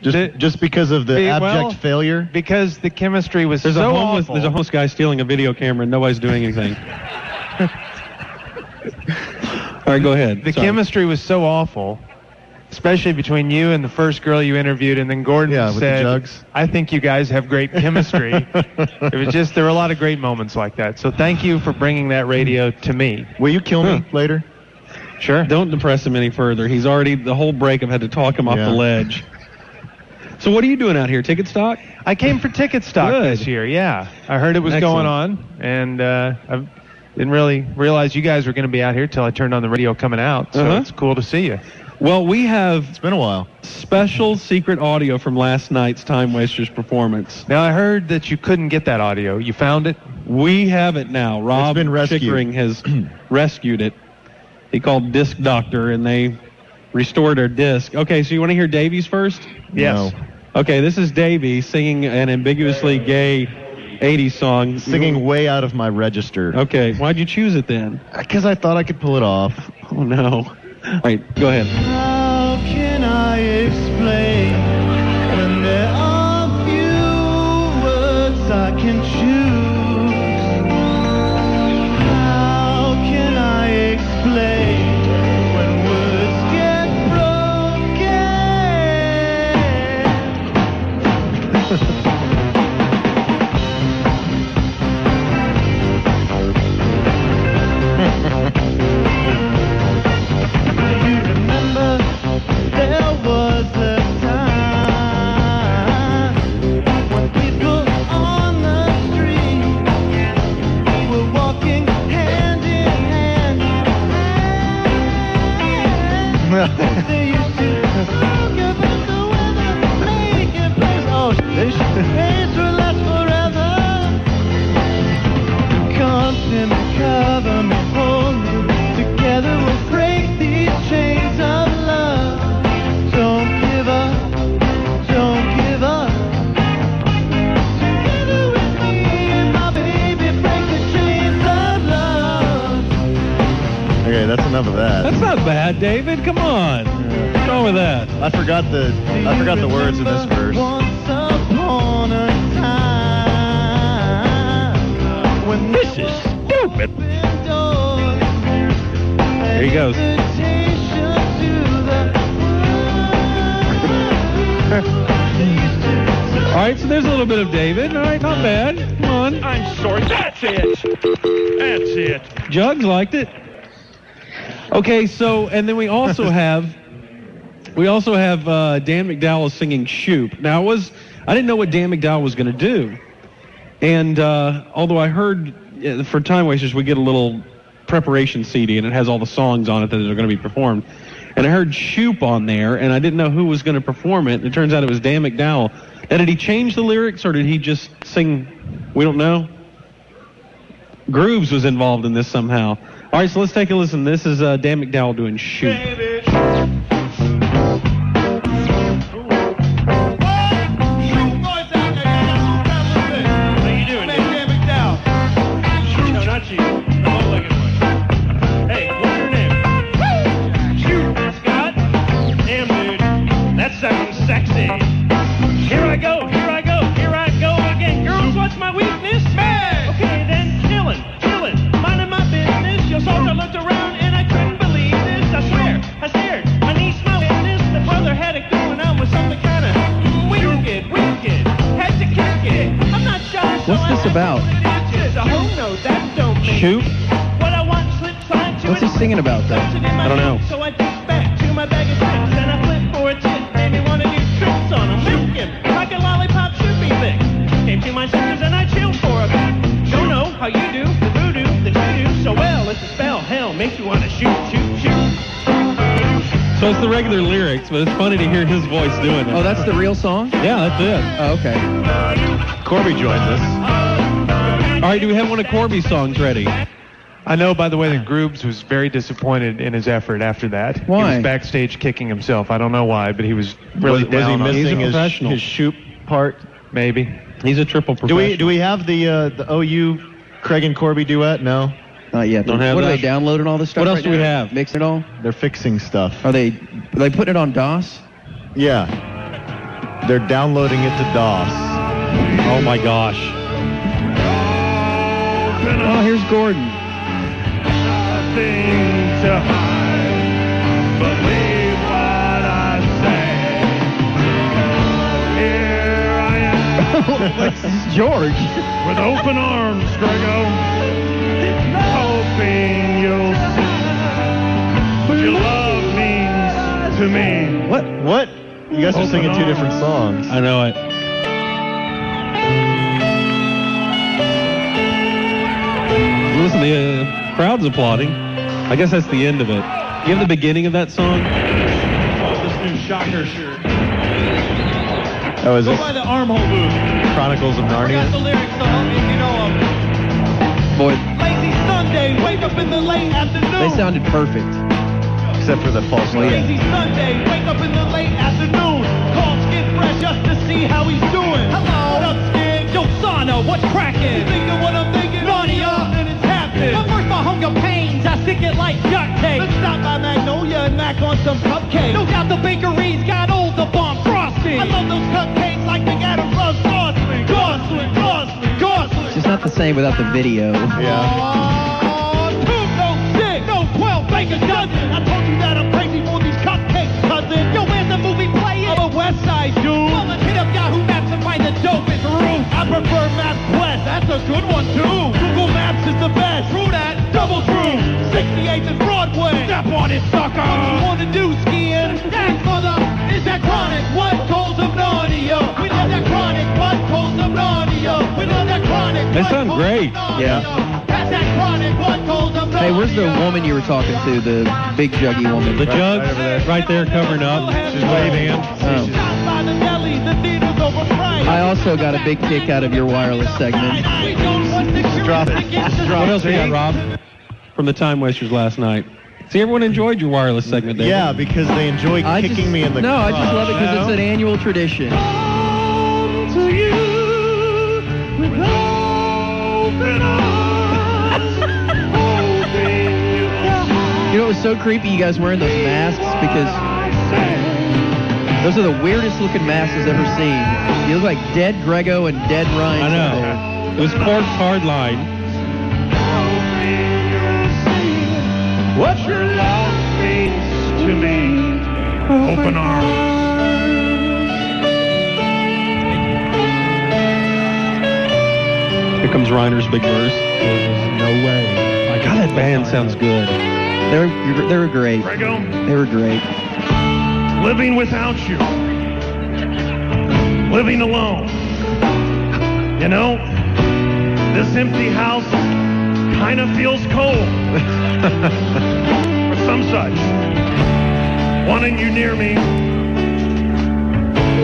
Speaker 3: Just just because of the
Speaker 13: Be-
Speaker 3: abject
Speaker 13: well,
Speaker 3: failure?
Speaker 13: Because the chemistry was
Speaker 1: There's
Speaker 13: so
Speaker 1: a homeless.
Speaker 13: awful.
Speaker 1: There's a homeless guy stealing a video camera, and nobody's doing anything. All right, go ahead.
Speaker 13: The
Speaker 1: Sorry.
Speaker 13: chemistry was so awful, especially between you and the first girl you interviewed, and then Gordon
Speaker 3: Yeah, with the
Speaker 13: said,
Speaker 3: jugs.
Speaker 13: "I think you guys have great chemistry." it was just there were a lot of great moments like that. So thank you for bringing that radio to me.
Speaker 3: Will you kill me later?
Speaker 1: Sure. Don't depress him any further. He's already the whole break. I've had to talk him off
Speaker 13: Yeah.
Speaker 1: the ledge. So what are you doing out here? Ticket stock?
Speaker 13: I came for ticket stock
Speaker 1: Good.
Speaker 13: this year. Yeah, I heard it was
Speaker 1: Excellent.
Speaker 13: going on, and uh, I didn't really realize you guys were going to be out here till I turned on the radio coming out. So
Speaker 1: Uh-huh.
Speaker 13: it's cool to see you.
Speaker 1: Well, we have. It's
Speaker 3: been a while.
Speaker 1: Special secret audio from last night's Time Wasters performance.
Speaker 13: Now I heard that you couldn't get that audio. You found it.
Speaker 1: We have it now. Rob
Speaker 13: been rescued.
Speaker 1: Chickering has rescued it. He called Disc Doctor, and they restored our disc. Okay, so you want to hear Davies first?
Speaker 13: Yes.
Speaker 1: Okay, this is Davey singing an ambiguously gay 80s song.
Speaker 3: Singing way out of my register.
Speaker 1: Okay, why'd you choose it then?
Speaker 3: Because I thought I could pull it off.
Speaker 1: Oh no. All right, go ahead.
Speaker 14: How can I explain when there are few words I can choose? How can I explain when words get broken? Remember
Speaker 3: Oh,
Speaker 15: enough of that.
Speaker 1: That's not bad, David. Come on. What's wrong with that?
Speaker 15: I forgot the I forgot the words in this verse.
Speaker 5: This is stupid.
Speaker 1: There he goes. All right, so there's a little bit of David. All right, not bad. Come on. I'm sorry. That's it. That's it. Jugs liked it. Okay, so and then we also have we also have uh, Dan McDowell singing "Shoop." Now I was I didn't know what Dan McDowell was going to do, and uh, although I heard uh, for Time Wasters we get a little preparation CD and it has all the songs on it that are going to be performed, and I heard "Shoop" on there, and I didn't know who was going to perform it. It turns out it was Dan McDowell. Now did he change the lyrics or did he just sing? We don't know. Grooves was involved in this somehow. All right, so let's take a listen. This is uh, Dan McDowell doing "Shoop."
Speaker 5: What's this about?
Speaker 11: Shoop?
Speaker 5: What's he singing about, though? I
Speaker 11: don't know.
Speaker 5: So I took back to my bag of tricks and I flipped for a tip. Made me want to do tricks on him. Milk him like a lollipop should be thick. Came to my senses and I chilled for a bit. Don't know how you do the voodoo, the doo so well. It's a spell. Hell makes you want to shoot, shoot, shoot.
Speaker 1: So it's the regular lyrics, but it's funny to hear his voice doing it.
Speaker 11: Oh, that's the real song?
Speaker 1: Yeah, that's it.
Speaker 11: Oh, okay.
Speaker 1: Corby joins us. All right, do we have one of Corby's songs ready?
Speaker 13: I know, by the way, that Groobs was very disappointed in his effort after that. He
Speaker 1: Why?
Speaker 13: was backstage kicking himself. I don't know why, but he was really
Speaker 15: was, was he
Speaker 13: down on
Speaker 15: missing his, his shoop part?
Speaker 13: Maybe.
Speaker 1: He's a triple
Speaker 15: Do we do we have the uh, the OU Craig and Corby duet? No.
Speaker 16: Not yet.
Speaker 15: Don't have
Speaker 16: what are
Speaker 15: that.
Speaker 16: they downloading all this stuff?
Speaker 15: What else
Speaker 16: right
Speaker 15: do we
Speaker 16: now?
Speaker 15: have?
Speaker 16: Mixing it all?
Speaker 15: They're fixing stuff.
Speaker 16: Are they are they putting it on DOS?
Speaker 15: Yeah. They're downloading it to DOS. Oh my gosh.
Speaker 16: Oh, here's Gordon.
Speaker 5: George. With open arms, Drago. Hoping you'll see what your love means to me.
Speaker 15: What? What? You guys are singing two different songs.
Speaker 1: I know it. Listen, the uh, crowd's applauding. I guess that's the end of it. You have the beginning of that song?
Speaker 5: This new shocker shirt.
Speaker 15: Oh, is
Speaker 5: Go
Speaker 15: this
Speaker 5: by the armhole booth.
Speaker 15: Chronicles of
Speaker 5: Got
Speaker 15: Narnia?
Speaker 5: the lyrics to help if you know 'em.
Speaker 16: Boy,
Speaker 5: Lazy Sunday, wake up in the late
Speaker 16: they
Speaker 5: afternoon.
Speaker 16: sounded perfect.
Speaker 15: Except for the false
Speaker 5: Lazy Sunday, wake up in the late afternoon. Call Skid Fresh just to see how he's doing. Hello, what up, Skid? Yo, Sana, what's crackin'? You thinking what I'm thinking? Naughty up, and it's happening. But first, my hunger pains, I stick it like duct tape. Let's stop by Magnolia and Mac on some cupcakes. No doubt the bakery's got all the bomb frosting. I love those cupcakes like Big Adam loves Gosling. Gosling, Gosling, Gosling.
Speaker 16: It's just not the same without the video.
Speaker 15: Yeah.
Speaker 5: No 12, bake a dozen. I told you that I'm crazy for these cupcakes, cousin. Yo, where's the movie playing? I'm a West Side dude. Well, let's hit up Yahoo Maps and find the dopest route. I prefer Maps Plus. That's a good one, too. Google Maps is the best. True that. Double true. 68th and Broadway. Step on it, sucker. What you want to do, skin? That mother is that chronic. What calls of Narnia? We love that chronic. What calls of Narnia? We love that chronic.
Speaker 1: They sound great.
Speaker 16: Yeah.
Speaker 5: That's that chronic. What calls of
Speaker 16: Hey, where's the woman you were talking to? The big juggy woman.
Speaker 1: The jugs right there covering up. She's waving
Speaker 16: Oh.
Speaker 5: by the deli, the theater's overpriced.
Speaker 16: I also got a big kick out of your wireless segment.
Speaker 5: We don't want the
Speaker 16: Drop it.
Speaker 1: What else we got, Rob? From the Time Wasters last night. See, everyone enjoyed your wireless segment there.
Speaker 15: Yeah, because they enjoy kicking me in the
Speaker 16: No, I
Speaker 15: crotch.
Speaker 16: just love it because it's an annual tradition.
Speaker 5: open arms, hoping you will
Speaker 1: You know, it was so creepy you guys wearing those masks because those are the weirdest looking masks I've ever seen. You look like dead Grego and dead Ryan. I
Speaker 9: know. It was pork hard line.
Speaker 6: What your love means to me. Open arms.
Speaker 9: Here comes Reiner's big verse. There's no way. My God, that band sounds good.
Speaker 1: They were, they were great. They were great.
Speaker 6: Living without you. Living alone. You know, this empty house kind of feels cold. or some such. Wanting you near me.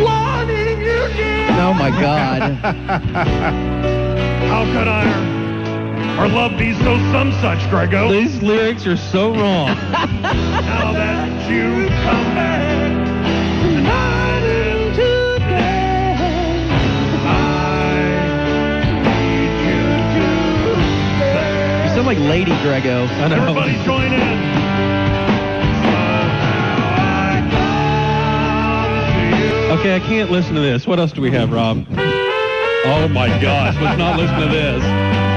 Speaker 6: Wanting you near
Speaker 1: Oh my God.
Speaker 6: How could I or, or love be so some such, Grego?
Speaker 9: These lyrics are so wrong.
Speaker 6: now that you come back. tonight and today,
Speaker 1: You sound like Lady Grego. I
Speaker 6: know. Everybody join in.
Speaker 9: Okay, I can't listen to this. What else do we have, Rob? Oh my gosh, let's not listen to this.